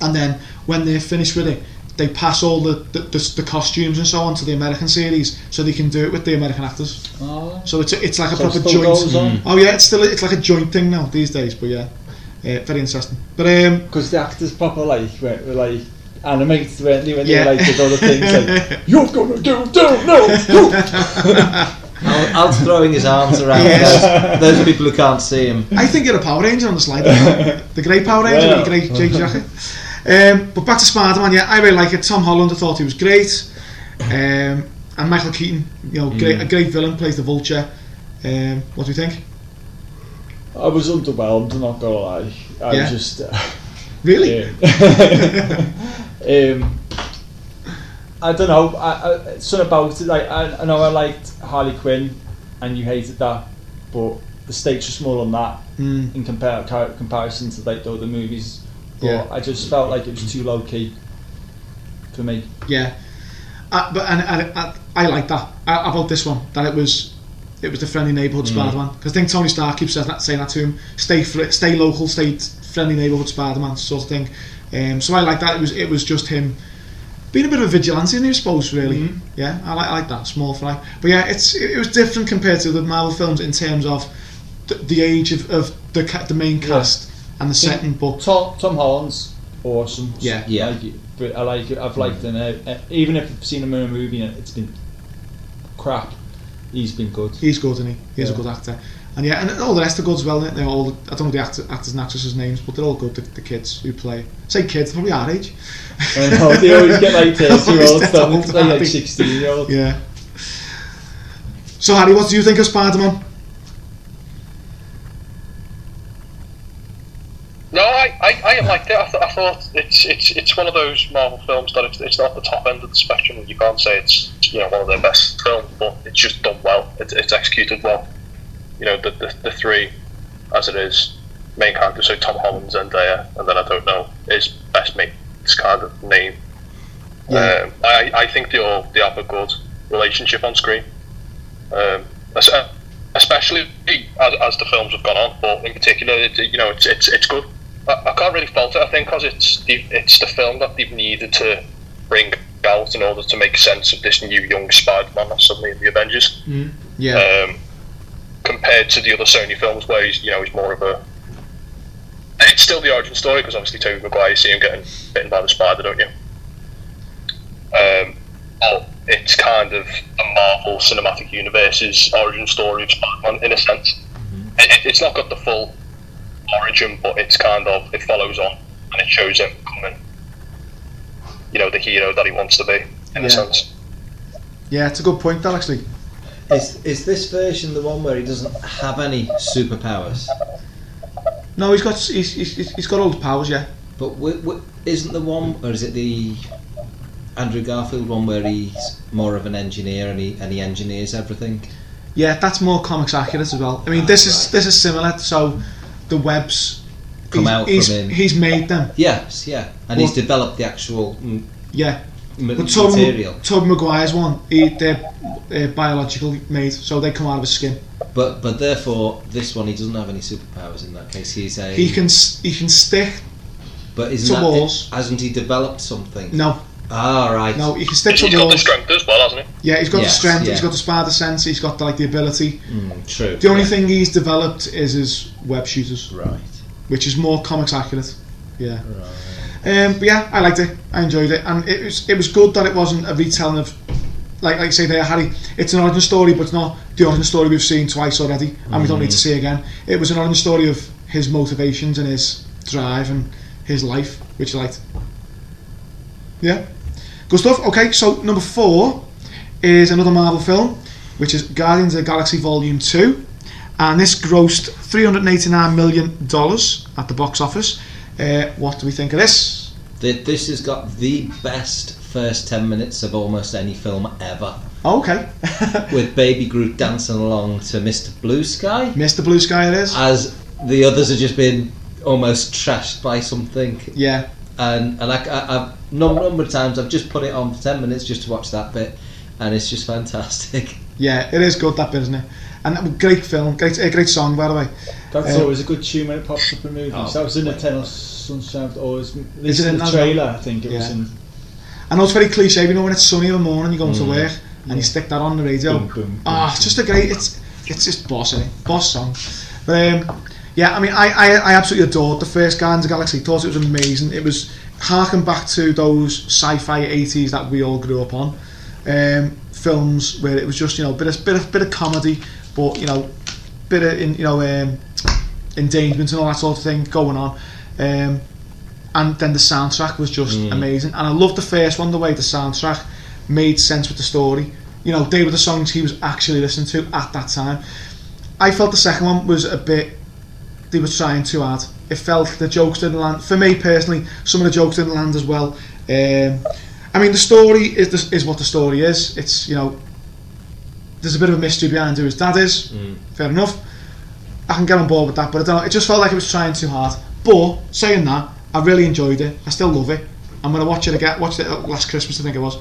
and then when they're finished with it, they pass all the the, the, the costumes and so on to the American series, so they can do it with the American actors. Oh. So it's a, it's like a So it proper still joint. goes on? Oh yeah, it's still it's like a joint thing now these days. But yeah, uh, very interesting. But um, Because the actors proper like were, were like animated, weren't they? When Yeah. they were like did other things like you're gonna do do no. you." Al, Al's throwing his arms around Yes. those, those people who can't see him. I think you're a Power Ranger on the slide. the grey Power Ranger Yeah. with the grey grey jacket. Um, but back to Spider Man, yeah, I really like it. Tom Holland, I thought he was great. Um, and Michael Keaton, you Hmm. know, great, a great villain, plays the vulture. Um, what do you think? I was underwhelmed. I'm not gonna lie. I Yeah. was just eh, Really? yeah. um, I don't know. I, I something about it. Like I, I know I liked Harley Quinn, and you hated that, but the stakes were small on that Mm. in compar- car- comparison to like the other movies. But Yeah. I just felt like it was too low key for me. Yeah. Uh, but and, and I, I like that uh, about this one that it was it was the friendly neighborhood Spider Man because I think Tony Stark keeps saying that, saying that to him stay fr- stay local stay t- friendly neighborhood Spider Man sort of thing um, so I like that it was it was just him being a bit of a vigilante in his suppose really yeah I like, I like that small fry but yeah it's it, it was different compared to the Marvel films in terms of the, the age of, of the ca- the main cast and the setting but Tom, Tom Holland's awesome. Yeah. Yeah. Like it, but I like it. I've liked him. Uh, uh, even if I've seen him in a movie and it's been crap, he's been good. He's good, isn't he? He's a Yeah. good actor. And yeah, and all the rest are good as well, innit? They're all, I don't know the actor, actors and actresses' names, but they're all good, the, the kids who play. Say kids, they're probably our age. I know, oh, they always get like uh, They're 30 year olds, always don't old, they? They're aren't like they? 16 year olds. Yeah. So, Harry, what do you think of Spider Man? No, I, I, I liked it. I, th- I thought it's it's it's one of those Marvel films that it's, it's not the top end of the spectrum. You can't say it's you know one of their best films, but it's just done well. It's, it's executed well. You know the, the the three, as it is, main characters. So Tom Holland, Zendaya, and then I don't know his best mate's kind of name. Yeah. Um, I I think they all they have a good relationship on screen. Um, es- uh, especially as, as the films have gone on, but in particular, it, you know, it's it's it's good. I, I can't really fault it. I think because it's the it's the film that they've needed to bring out in order to make sense of this new young Spider-Man that's suddenly in the Avengers. Yeah. Um, compared to the other Sony films, where he's you know he's more of a it's still the origin story because obviously Tobey Maguire, you see him getting bitten by the spider, don't you? Um, oh, it's kind of a Marvel Cinematic Universe's origin story of Spider-Man in a sense. Mm-hmm. It, it's not got the full origin, but it's kind of it follows on and it shows him becoming, you know, the hero that he wants to be in Yeah. a sense. Yeah, it's a good point, that actually. Is is this version the one where he doesn't have any superpowers? No, he's got he's, he's, he's- he's got all the powers, yeah. But w- w- isn't the one, or is it the Andrew Garfield one where he's more of an engineer and he and he engineers everything? Yeah, that's more comics accurate as well. I Ah, mean, this is this is similar. So the webs Come he's, out from he's, him. he's made them. Yes, yeah, and he's What? developed the actual m- Yeah, m- but Tom material. Tom Maguire's one, he, they're uh, biologically made, so they come out of his skin. But but therefore, this one he doesn't have any superpowers in that case. He's a He can s- he can stick. but isn't to that walls. It, hasn't he developed something? No, Ah, right. no, he can stick He's to got the walls. strength as well, hasn't he? Yeah, he's got Yes, the strength. yeah. He's got the spider sense. He's got like the ability. Mm, true. The only yeah. thing he's developed is his web shooters, Right. which is more comics accurate. Yeah. Um, but yeah, I liked it. I enjoyed it, and it was it was good that it wasn't a retelling of, like like you say there, Harry. It's an origin story, but it's not the origin story we've seen twice already, and we don't need to see again. It was an origin story of his motivations and his drive and his life, which I liked. Yeah, good stuff. Okay, so number four is another Marvel film, which is Guardians of the Galaxy Volume Two, and this grossed 389 million dollars at the box office. Uh, what do we think of this? Th- This has got the best first ten minutes of almost any film ever, Okay. with Baby Groot dancing along to Mr. Blue Sky, Mr. Blue Sky it is. as the others have just been almost trashed by something. yeah. And and I, I, I've number number of times I've just put it on for ten minutes just to watch that bit, and it's just fantastic. Yeah, it is good that bit, isn't it? And that- great film, great a great song by the way. That's Um, always a good tune when it pops up in movies. Oh, that was in Eternal Sunshine, or is, Is it in the another- trailer? I think it was Yeah. in. I know it's very cliche, you know when it's sunny in the morning you go into work and you stick that on the radio. Mm. Boom, boom, boom. Ah, it's just a great it's it's just boss, isn't it? Boss song. But um, yeah, I mean I, I, I absolutely adored the first Guardians of the Galaxy, thought it was amazing. It was harking back to those sci-fi eighties that we all grew up on. Um, films where it was just, you know, bit of bit of bit of comedy, but you know, bit of in, you know, um, endangerment and all that sort of thing going on. Um, and then the soundtrack was just amazing. And I loved the first one, the way the soundtrack made sense with the story. You know, they were the songs he was actually listening to at that time. I felt the second one was a bit. They were trying too hard. It felt the jokes didn't land. For me personally, some of the jokes didn't land as well. Um, I mean, the story is the, is what the story is. It's you know, there's a bit of a mystery behind who his dad is. Mm. Fair enough. I can get on board with that, but I don't know. It just felt like it was trying too hard. But saying that, I really enjoyed it. I still love it. I'm gonna watch it again. Watched it last Christmas, I think it was.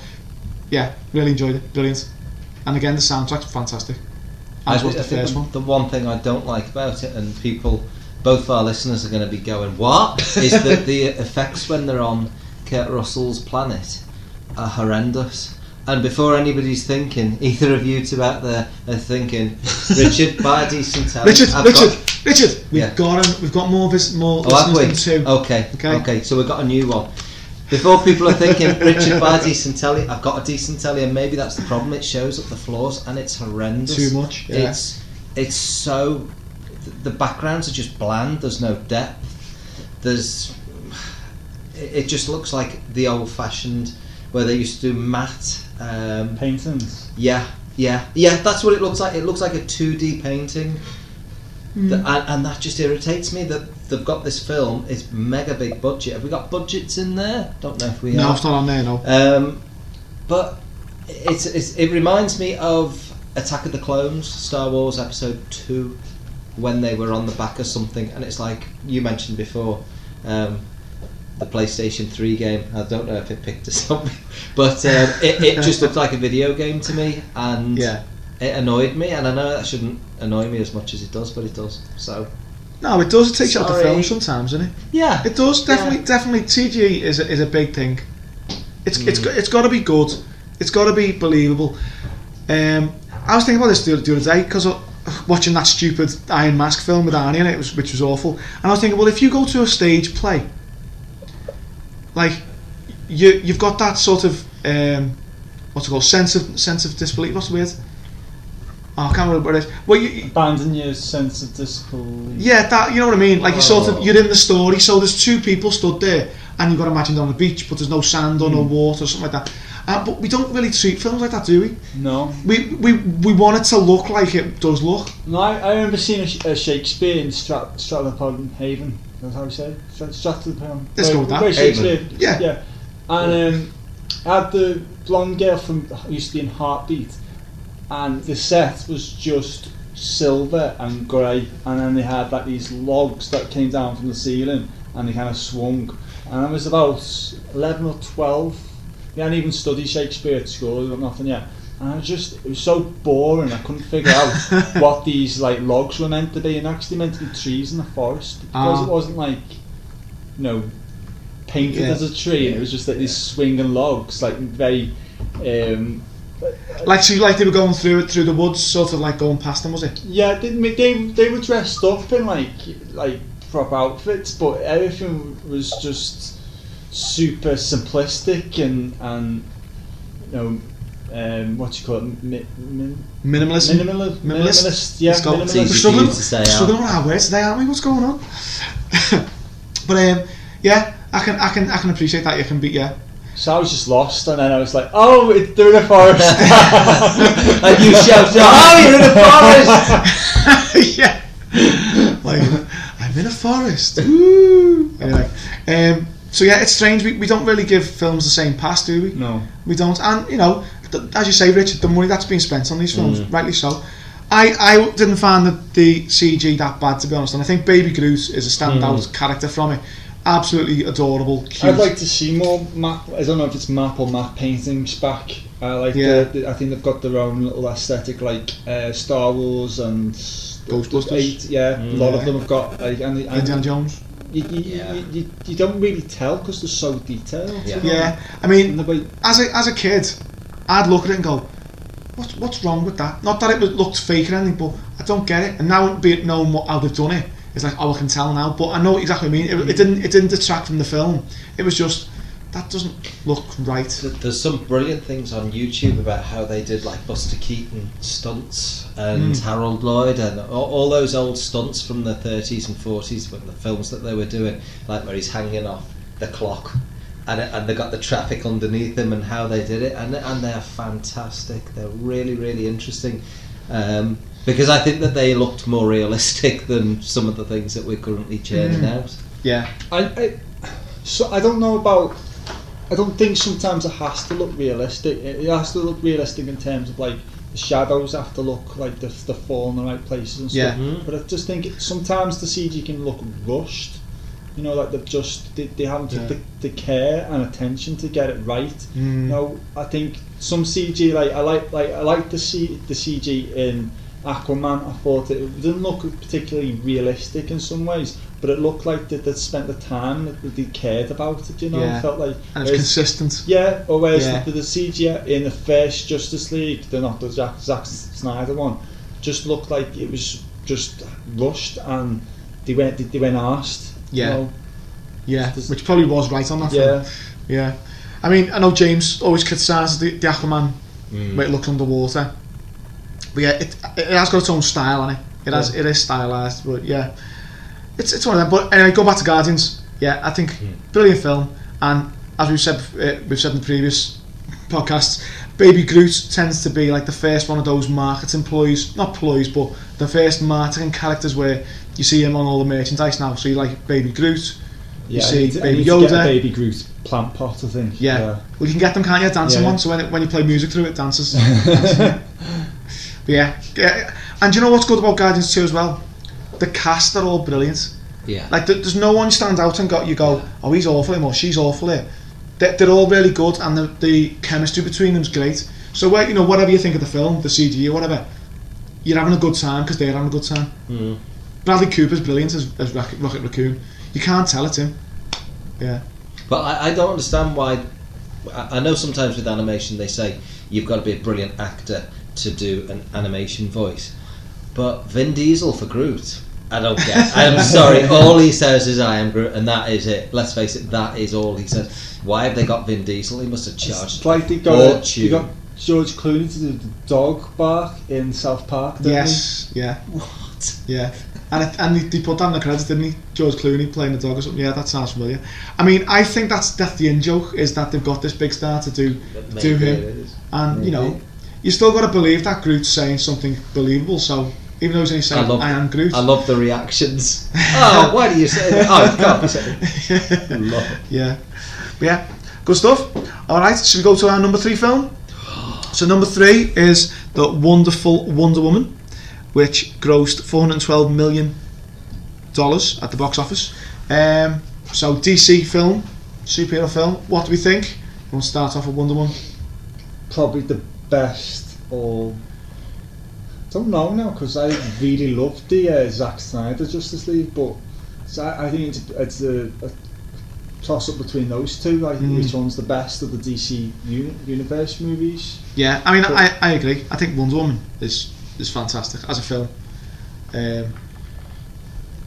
Yeah, really enjoyed it. Brilliant. And again, the soundtrack's fantastic. As I was thi- the I think first one. The one thing I don't like about it, and people, both our listeners are going to be going, "What?" is that the effects when they're on Kurt Russell's planet are horrendous. And before anybody's thinking, either of you two out there are thinking, Richard, buy a decent telly. Richard, Um, I've Richard, got- Richard. We've Yeah. got him. We've got more vis- more Oh, have listeners we? than two. Okay. Okay. Okay. So we've got a new one. Before people are thinking, Richard, buy a decent telly. I've got a decent telly, and maybe that's the problem. It shows up the flaws, and it's horrendous. Too much, yeah. Oh, It's it's so th- the backgrounds are just bland. There's no depth. There's it it just looks like the old-fashioned where they used to do matte. Um, Paintings. yeah, yeah, yeah. That's what it looks like. It looks like a two D painting, Th- and, and that just irritates me that they've got this film. It's mega big budget. Have we got budgets in there? Don't know if we No, have. it's not on there. No. Um, but it's, it's, it reminds me of Attack of the Clones, Star Wars Episode 2, when they were on the back of something. And it's like you mentioned before, um, the PlayStation 3 game. I don't know if it picked us up, but um, it, it just looked like a video game to me. And Yeah. it annoyed me. And I know that shouldn't annoy me as much as it does, but it does. So, No, it does. It takes you out the Sorry. film sometimes, doesn't it? yeah. It does definitely, definitely. TG is a, is a big thing. It's it's Hmm. go- it's got to be good. It's got to be believable. Um, I was thinking about this the, the other day because watching that stupid Iron Mask film with Arnie in it, was, which was awful. And I was thinking, well, if you go to a stage play, like you you've got that sort of um, what's it called? Sense of sense of disbelief. What's the word? Oh, I can't remember what it is. Well, you- you, Abandon your sense of disbelief. Yeah, that you know what I mean. Like you sort Oh. of you're in the story, so there's two people stood there, and you've got to imagine they're on the beach, but there's no sand or no water or something like that. Uh, but we don't really treat films like that, do we? No. We we we want it to look like it does look. No, I, I remember seeing a, Sh- a Shakespeare in Strat- Stratford Haven. That's how you say it. Strat- Stratford Haven. Let's go with that. Where Haven. Shakespeare. Yeah. Yeah. And um, I had the blonde girl from used to be in Heartbeat, and the set was just silver and grey, and then they had like these logs that came down from the ceiling, and they kind of swung. And I was about eleven or twelve. They hadn't even studied Shakespeare at school or nothing yet. And I was just, it was so boring, I couldn't figure out what these like logs were meant to be, and actually meant to be trees in the forest because Ah. it wasn't like, you know, painted Yeah. as a tree. It was just like these swinging logs, like very. Um, Like so, like they were going through it through the woods, sort of like going past them, was it? yeah, they, they they were dressed up in like like prop outfits, but everything was just super simplistic and and you know. Um, what do you call it? Mi- min- Minimalist. Minimalist. minimalist, minimalist, yeah, It's got- It's easy We're minimalist. for you struggling, to say we're out. struggling with our words today, aren't we? What's going on? but um, yeah, I can I can I can appreciate that. You can be yeah. So I was just lost, and then I was like, "Oh, it's through the forest!" And you shout out. "Oh, you're in the forest!" yeah. Like, I'm in a forest. Woo. Anyway, um, so yeah, it's strange. We, we don't really give films the same pass, do we? no, We don't. And, you know, th- as you say, Richard, the money that's been spent on these films, rightly so. I, I didn't find the, the CG that bad, to be honest. And I think Baby Groot is a standout character from it. Absolutely adorable, cute. I'd like to see more map. I don't know if it's map or map paintings back. I like. Yeah. The, the- I think they've got their own little aesthetic, like uh, Star Wars and Ghostbusters. Eight, yeah, a lot of them have got like, and, the- and Indiana Jones. you, you, Yeah. you, you, you don't really tell because they're so detailed. Yeah. you know? Yeah. I mean, And the way- as a, as a kid, I'd look at it and go, what, what's wrong with that? Not that it was- looked fake or anything, but I don't get it. And now be knowing what, how they've done it, it's like, oh, I can tell now. But I know exactly what I mean. It, it didn't it didn't detract from the film. It was just that doesn't look right. Th- There's some brilliant things on YouTube about how they did like Buster Keaton stunts and Harold Lloyd and a- all, those old stunts from the 30s and 40s when the films that they were doing, like where he's hanging off the clock. And, it- and they got the traffic underneath him and how they did it and and they're fantastic they're really really interesting um, because I think that they looked more realistic than some of the things that we're currently churning out Yeah. I, I so I don't know about. I don't think sometimes it has to look realistic. It, it has to look realistic in terms of like the shadows have to look like the the fall in the right places and stuff. Yeah. But I just think it- sometimes the CG can look rushed. You know, like they've just they, they haven't took Yeah. the, the care and attention to get it right. Mm. No, I think some CG like I like like I like the C, the CG in Aquaman. I thought it, didn't look particularly realistic in some ways, but it looked like that they spent the time that they cared about it. You know, Yeah. it felt like And it's whereas- consistent. yeah, or whereas Yeah. The, the CG in the first Justice League, the not the Zack, Zack Snyder one, just looked like it was just rushed and they went they, they went arsed. you Yeah. know. Yeah. There's- Which probably was right on that film. yeah. Yeah. I mean, I know James always criticises the, the Aquaman where it looks underwater. But yeah, it, it has got its own style on it. It has it is stylised, but yeah. It's, it's one of them. But anyway, go back to Guardians. Yeah, I think brilliant film. And as we've said uh, we've said in the previous podcasts, Baby Groot tends to be like the first one of those marketing ploys, not ploys, but the first marketing characters where you see him on all the merchandise now. So you like Baby Groot, you Yeah, I see need to- I Baby need to get a Yoda. Baby Groot plant pot, I think. Yeah. Well, you can get them, can't you? Dancing Yeah. ones. So when, it- when you play music through it, dances. but yeah. yeah. And do you know what's good about Guardians 2 as well? The cast are all brilliant. yeah Like, there, there's no one stands out and got you go, oh, he's awful him or she's awful here. They're, they're all really good and the, the chemistry between them's great. So, where, you know, whatever you think of the film, the CG or whatever, you're having a good time because they're having a good time. Bradley Cooper's brilliant as, as Rocket, Rocket Raccoon. You can't tell it's him. Yeah. But I, I don't understand why. I, I know sometimes with animation they say you've got to be a brilliant actor to do an animation voice. But Vin Diesel for Groot, I don't get. I'm sorry, all he says is "I am Groot," and that is it. Let's face it, that is all he says. Why have they got Vin Diesel? He must have charged It's like they a got, a, fortune. they got George Clooney to do the dog bark in South Park. Didn't Yes, yeah. What? Yeah. And, it, and he, he put that in the credits, didn't he? George Clooney playing the dog or something. Yeah, that sounds familiar. I mean, I think that's that's the in joke is that they've got this big star to do do Maybe him, it is. and you know, Maybe. you still got to believe that Groot's saying something believable. So even though he's only saying I love- I, am Groot, I love the reactions. oh, why do you say that? Oh, you can't be saying Love it. yeah, but yeah, good stuff. All right, should we go to our number three film? So number three is the wonderful Wonder Woman, which grossed 412 million dollars at the box office. Um, so DC film, superhero film. What do we think? You want to start off with Wonder Woman? he? Probably the best or. Don't know now because I really loved the uh, Zack Snyder Justice League, but so I, I think it's, it's a, a toss up between those two. Like Mm. which one's the best of the DC uni- universe movies? Yeah, I mean, I, I agree. I think Wonder Woman is is fantastic as a film. Um,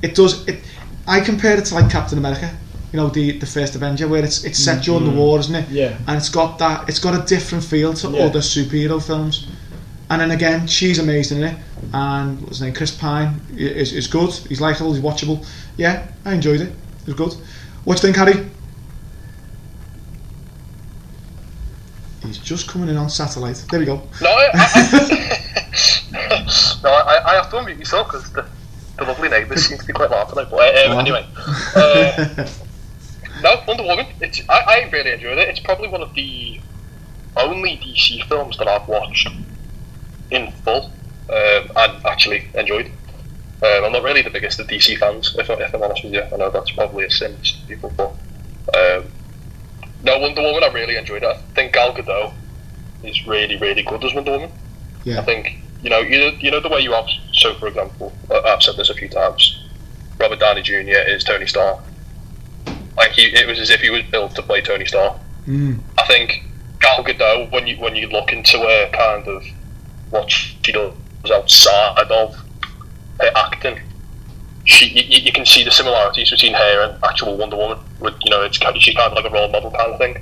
it does. It, I compare it to like Captain America, you know, the the first Avenger, where it's it's set during the war, isn't it? Yeah. And it's got that. It's got a different feel to Yeah. other superhero films. And then again, she's amazing in it. And what's his name? Chris Pine i- is, is good. He's likable. He's watchable. Yeah, I enjoyed it. It was good. What do you think, Harry? He's just coming in on satellite. There we go. No, I, I, I, no, I, I have to unmute yourself because the, the lovely neighbours seem to be quite laughing. Like, but, uh, um, anyway, uh, no, Wonder Woman. It's, I, I really enjoyed it. It's probably one of the only DC films that I've watched in full um, and actually enjoyed. Um, I'm not really the biggest of DC fans, if, I- if I'm honest with you. I know that's probably a sin to people, but um, no, Wonder Woman. I really enjoyed it. I think Gal Gadot is really, really good as Wonder Woman. Yeah. I think you know, you, you know the way you have. So, for example, I- I've said this a few times. Robert Downey Jr. is Tony Stark. Like he, it was as if he was built to play Tony Stark. Mm. I think Gal Gadot, when you when you look into her kind of what she does outside of her acting, she you- you, you can see the similarities between her and actual Wonder Woman. With you know, it's kind of, she's kind of like a role model kind of thing.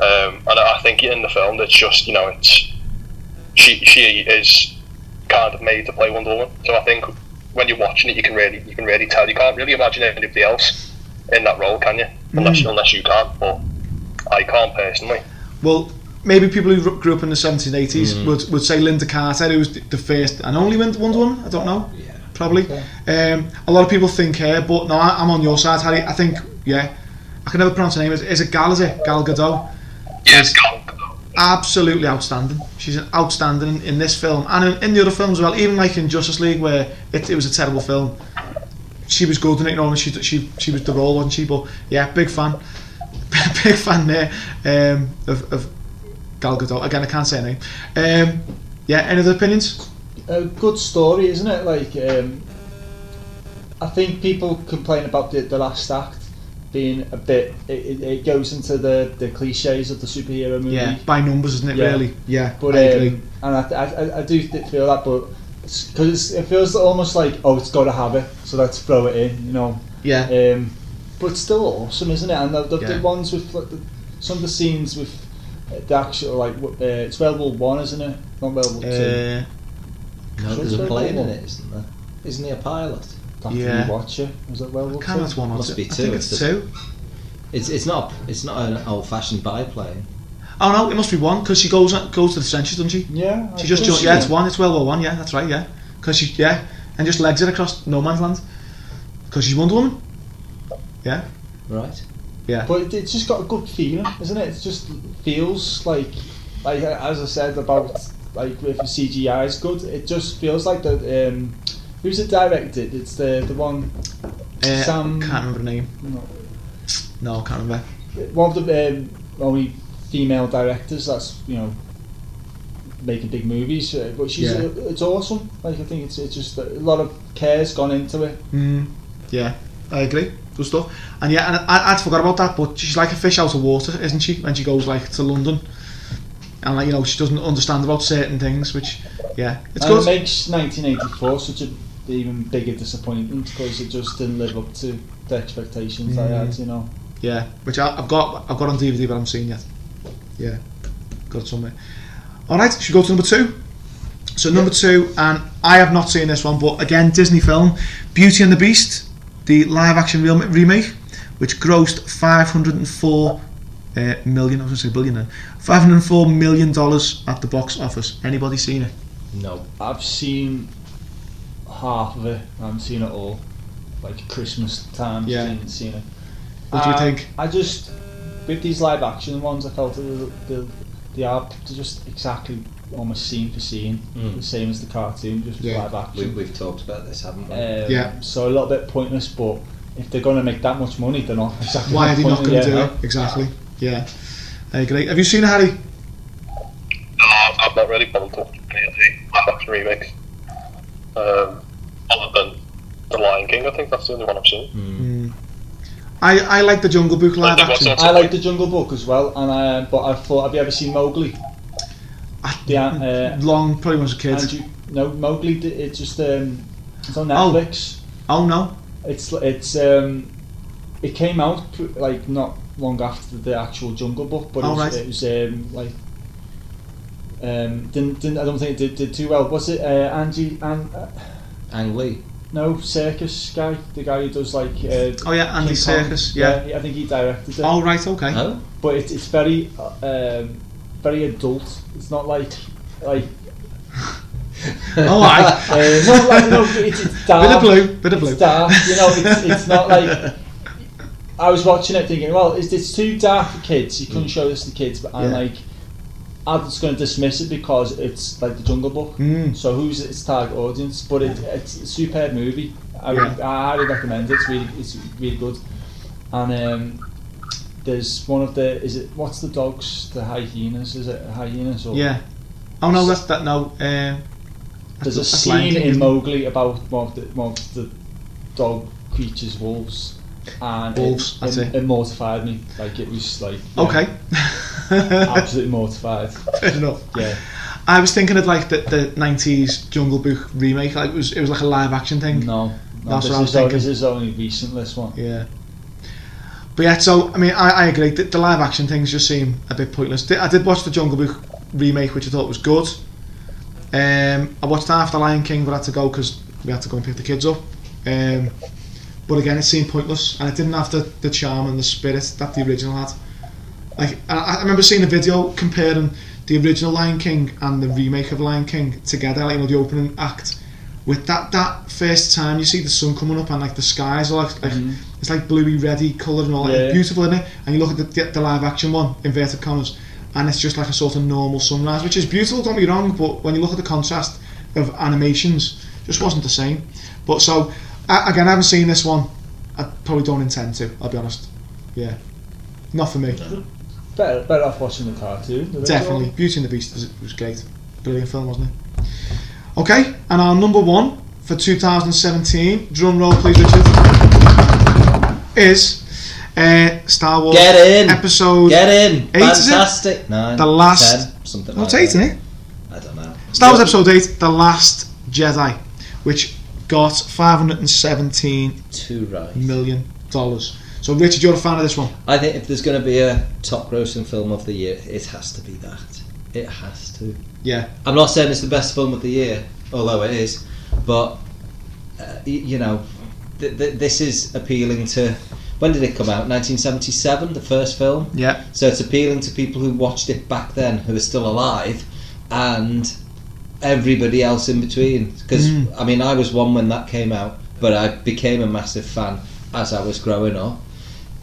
Um, and I I think in the film, it's just you know, it's she she is kind of made to play Wonder Woman. So I think when you're watching it, you can really you can really tell. You can't really imagine anybody else in that role, can you? Unless unless you can, but I can't personally. Well, maybe people who grew up in the 70s and 80s would, would say Linda Carter, who was the first and only Wonder Woman. I don't know. Yeah. Probably. Um, a lot of people think her, but no, I, I'm on your side, Harry. I think, yeah. I can never pronounce her name. Is, is it Gal, is it? Gal Gadot. Yes, Gal Gadot. Absolutely outstanding. She's outstanding in, in this film and in, in the other films as well. Even like in Justice League, where it, it was a terrible film, she was good in it. You know, and she she she was the role, wasn't she? But yeah, big fan, big fan there um, of, of Gal Gadot. Again, I can't say her name. Um, yeah, any other opinions? a good story, isn't it? Like, um, I think people complain about the, the last act being a bit. It, it, it goes into the, the cliches of the superhero movie. Yeah, by numbers, isn't it? Yeah. Really? Yeah, But I agree. um, and I, I, I- I do th- feel that, but because it feels almost like oh, it's got to have it, so let's throw it in, you know. yeah, Um, but it's still awesome, isn't it? And the, the, Yeah. the ones with like, the, some of the scenes with uh, the actual like w- uh, it's World War One, isn't it? Not World War Two. No, uh, Sure, there's it's a very plane in normal. it, isn't there? Isn't he a pilot? Can't yeah. really watch it. Was it World War can Two? that's one or Must two. be I two, think it's it's two. It's it's not it's not an old fashioned biplane. Oh no, it must be one because she goes goes to the trenches, doesn't she? Yeah. She just jumped. Yeah, it's one. It's World War One. Yeah, that's right. Yeah, because she yeah, and just legs it across no man's land because she's Wonder Woman. Yeah, Right. But it, it's just got a good feeling, isn't it? It just feels like, like uh, as I said about like if the CGI is good, it just feels like the um, who's it directed? It's the the one uh, Some- can't remember the name. no, No, can't remember. one of the um, only female directors that's you know making big movies. Uh, but she's Yeah. uh, it's awesome. Like I think it's it's just a lot of care's gone into it. Mm, yeah, I agree. Good stuff. And yeah, and I, I'd forgot about that, but she's like a fish out of water, isn't she? When she goes like to London, and like you know she doesn't understand about certain things, which yeah, it's and good. it makes 1984 such an even bigger disappointment because it just didn't live up to the expectations I had. Mm. You know. Yeah, which I, I've got I've got on DVD, but I haven't seen yet. Yeah, got it somewhere. All right, should we go to number two? So number two, and I have not seen this one, but again, Disney film, Beauty and the Beast, the live-action real- remake, which grossed 504 uh, million. I was going to say billion. Then. 504 million dollars at the box office. Anybody seen it? No. I've seen half of it. I haven't seen it all. Like Christmas time, Yeah. yeah. seen, seen it. What do you Um, think? I just with these live action ones, I felt that they, they, they are just exactly almost scene for scene, the same as the cartoon, just Yeah. live action. We, we've talked about this, haven't we? Um, Yeah. So a little bit pointless, but if they're going to make that much money, they're not exactly. Why are they not pointless, going to yeah. do it? Exactly. Yeah. I agree. Have you seen it, Harry? No, I've, I've not really bothered watching any of the live action remakes. Um, other than The Lion King, I think that's the only one I've seen. Hmm. I, I like the Jungle Book live There was action. also- I like the Jungle Book as well, and I, um, but I thought, have you ever seen Mowgli? I- Yeah. Uh, Long, probably when I was a kid. and you, no, Mowgli. d- It's just um, it's on Oh. Netflix. oh no. It's it's um, it came out pr- like not long after the actual Jungle Book, but Oh, it was, right. it was um, like um, didn't, didn't I don't think it did, did too well. Was it uh, Angie and uh, Ang Lee. no circus guy, the guy who does like uh, Oh yeah, Andy King Kong. Circus. Yeah. I think he directed it. Oh right, okay. Oh? But it, it's very, uh, um, very adult. It's not like, like, All right. uh, no, like, no, it's, it's dark. Bit of blue, bit of it's blue. dark. You know, it's, it's not like. I was watching it thinking, well, is this too dark for kids? You couldn't show this to kids, but Mm. I'm Yeah. like, I'm just going to dismiss it because it's like the Jungle Book. Mm. So who's its target audience? But it, it's a superb movie. I, Yeah. would, I highly recommend it. It's really, it's really good. And um, there's one of the is it what's the dogs? The hyenas? Is it hyenas? Or Yeah. Oh no, that's that. No. Um, There's a that's Lion scene King, in isn't it? Mowgli about one of the, one of the dog creatures, wolves, and Wolves, It, that's it, it. mortified me. Like it was like yeah, Okay. absolutely mortified. Fair enough. Yeah, I was thinking of like the, the '90s Jungle Book remake. Like it was it was like a live action thing. no, no That's this what I was is o- thinking. This is only recent. This one. Yeah. But yeah, so I mean, I, I agree. The, the live action things just seem a bit pointless. Di- I did watch the Jungle Book remake, which I thought was good. Um, I watched half the Lion King, but I had to go because we had to go and pick the kids up. Um, but again, it seemed pointless, and it didn't have the, the charm and the spirit that the original had. Like I, I remember seeing a video comparing the original Lion King and the remake of Lion King together, like you know the opening act. With that that first time you see the sun coming up and like the skies are like, like it's like bluey reddy colour and all that. Yeah, It's yeah. beautiful in it. And you look at the, the, the live action one inverted commas, and it's just like a sort of normal sunrise, which is beautiful. Don't be wrong, but when you look at the contrast of animations, just wasn't the same. But so I, again, I haven't seen this one. I probably don't intend to. I'll be honest. Yeah, not for me. Better, better off watching the cartoon. the original. Definitely. Beauty and the Beast was, was great. Brilliant film, wasn't it? Okay, and our number one for 2017, drum roll please, Richard, is uh, Star Wars Get in! Episode. Get in! Eight, is it? Fantastic! Nine. The last- Ten, something No, like it's eight, that. isn't it? I don't know. Star Wars Episode 8, The Last Jedi, which got $517 Two right. million. So, Richard, you're a fan of this one. I think if there's going to be a top grossing film of the year, it has to be that. It has to. Yeah. I'm not saying it's the best film of the year, although it is, but uh, y- you know, th- th- this is appealing to. When did it come out? 1977, the first film. Yeah. So it's appealing to people who watched it back then, who are still alive, and everybody else in between. Because Mm. I mean, I was one when that came out, but I became a massive fan as I was growing up.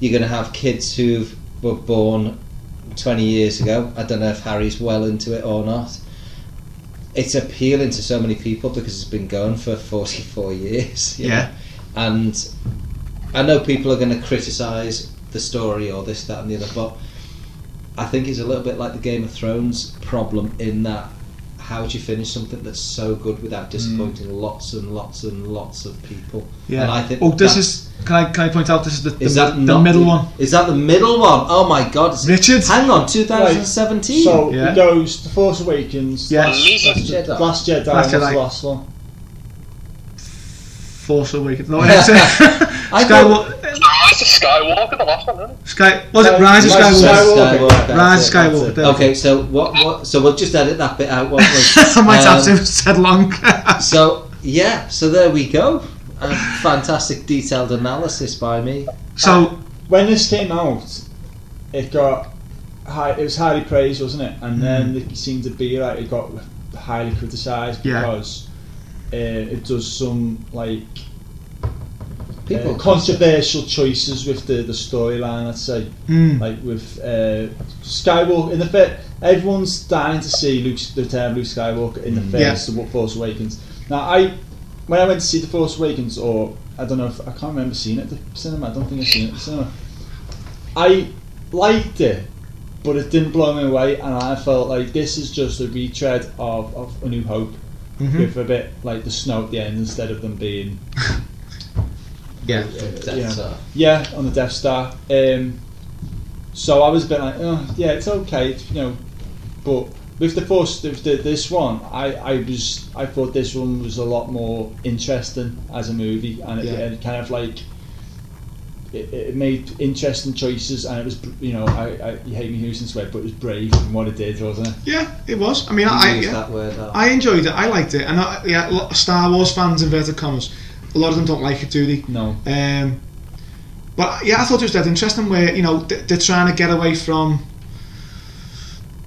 You're going to have kids who were born 20 years ago. I don't know if Harry's well into it or not. It's appealing to so many people because it's been going for 44 years. you Yeah. know? And I know people are going to criticise the story or this, that, and the other, but I think it's a little bit like the Game of Thrones problem in that how do you finish something that's so good Mm. without disappointing lots and lots and lots of people? Yeah. And I think oh, this that- is. Can I, can I point out this is the, Is the, that the not middle one? Is that the middle one? Oh my god! it's- Richard? hang on, 2017. So Yeah. it goes The Force Awakens, Yes. Losers. Last, Jedi. Last Jedi. Last Jedi, Last Jedi. the last one. Force Awakens. No, it's, uh, I Skywalker. No, it's Skywalker, the last one, isn't Sky was it Uh, Rise of Rise of Skywalker? Skywalker. Skywalker. Rise of Skywalker. there. Okay, so what? What? So we'll just edit that bit out. What was? I might have um, to have said long. So yeah, so there we go. A fantastic detailed analysis by me. so when this came out, it got high, it was highly praised, wasn't it? And then it seemed to be like it got highly criticised Mm. Yeah. because uh, it does some like People uh, controversial choices with the the storyline. I'd say mm, like with uh, Skywalker in the fit. Everyone's dying to see Luke, the return of Luke Skywalker in the Yeah. first The Force Awakens. Now, I when I went to see the Force Awakens, or I don't know, if, I can't remember seeing it at the cinema. I don't think I've seen it at the cinema. I liked it, but it didn't blow me away, and I felt like this is just a retread of, of A New Hope mhm. with a bit like the snow at the end instead of them being yeah, yeah. Yeah, on the Death Star. Um, so I was a bit like, oh, yeah, it's okay, it's, you know. But with the Force, with the, this one, I, I was, I thought this one was a lot more interesting as a movie, and it, Yeah. and kind of like. It, it made interesting choices, and it was, br- you know, I, I you hate me using this word, but it was brave in what it did, wasn't it? yeah, it was. I mean, I, use yeah. that word out. I enjoyed it. I liked it, and I, yeah, a lot of Star Wars fans inverted commas. A lot of them don't like it, do they? No, Um, but yeah, I thought it was dead interesting. Where you know th- they're trying to get away from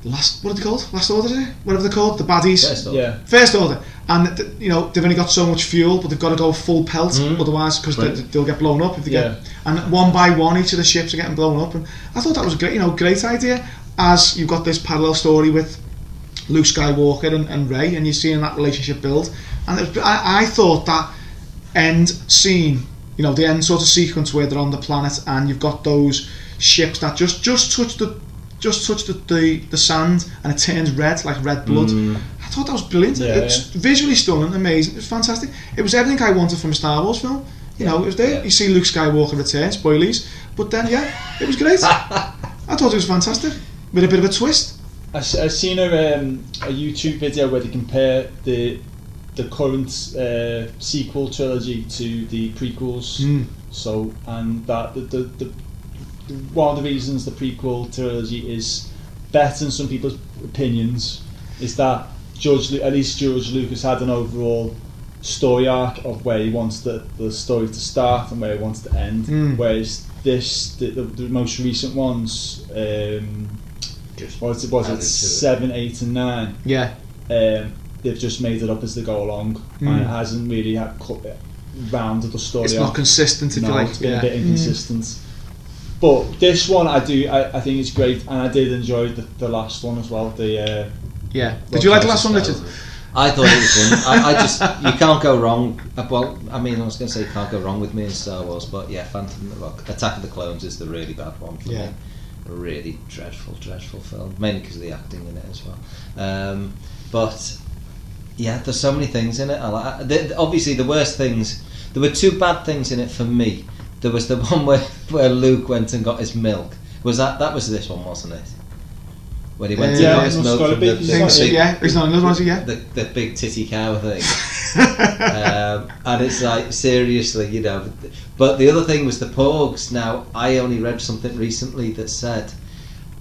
last what are they called? Last order, is it? Whatever they're called, the baddies. First off. yeah, First order, and th- you know they've only got so much fuel, but they've got to go full pelt, otherwise because they, they'll get blown up if they Yeah. get. And one by one, each of the ships are getting blown up, and I thought that was a great, you know, great idea. As you've got this parallel story with Luke Skywalker and, and Ray, and you're seeing that relationship build, and it was, I, I thought that end scene, you know, the end sort of sequence where they're on the planet and you've got those ships that just just touch the just touch the, the, the sand and it turns red like red blood. I thought that was brilliant. Mm. Yeah, it's visually stunning, amazing. It was fantastic. It was everything I wanted from a Star Wars film. You know, it was there. yeah. You see Luke Skywalker return, spoilies. But then, yeah, it was great. I thought it was fantastic with a bit of a twist. I s- I seen a, um, a YouTube video where they compare the the current uh, sequel trilogy to the prequels. Mm. So and that the, the, the one of the reasons the prequel trilogy is better in some people's opinions is that George Lu- at least George Lucas had an overall story arc of where he wants the, the story to start and where he wants to end. Mm. Whereas this the, the, the most recent ones. Um, Just what was it, was added to it it. seven, eight, and nine? Yeah. Um, they've just made it up as they go along, and it hasn't really had cut rounded the story. It's off. not consistent, if No, you like. it's been yeah. Mm. a bit inconsistent. But this one, I do, I, I think it's great, and I did enjoy the, the last one as well. The uh, yeah. Did you like the last one, Richard? I thought it was one. I, I just you can't go wrong. uh, Well, I mean, I was going to say you can't go wrong with me in Star Wars, but yeah, Phantom of the Rock, Attack of the Clones is the really bad one for Yeah. me. Really dreadful, dreadful film, mainly because of the acting in it as well. Um, but yeah, there's so many things in it. I like, the, the- obviously, the worst things. There were two bad things in it for me. There was the one where, where Luke went and got his milk. Was that that was this one, wasn't it? When he went Yeah, to it get his must milk gotta from be. the, He's the not- big- yeah, he's not another one, is he? Yeah. the, the big titty cow thing. Uh, um, and it's like seriously, you know. But the other thing was the Pogues. Now I only read something recently that said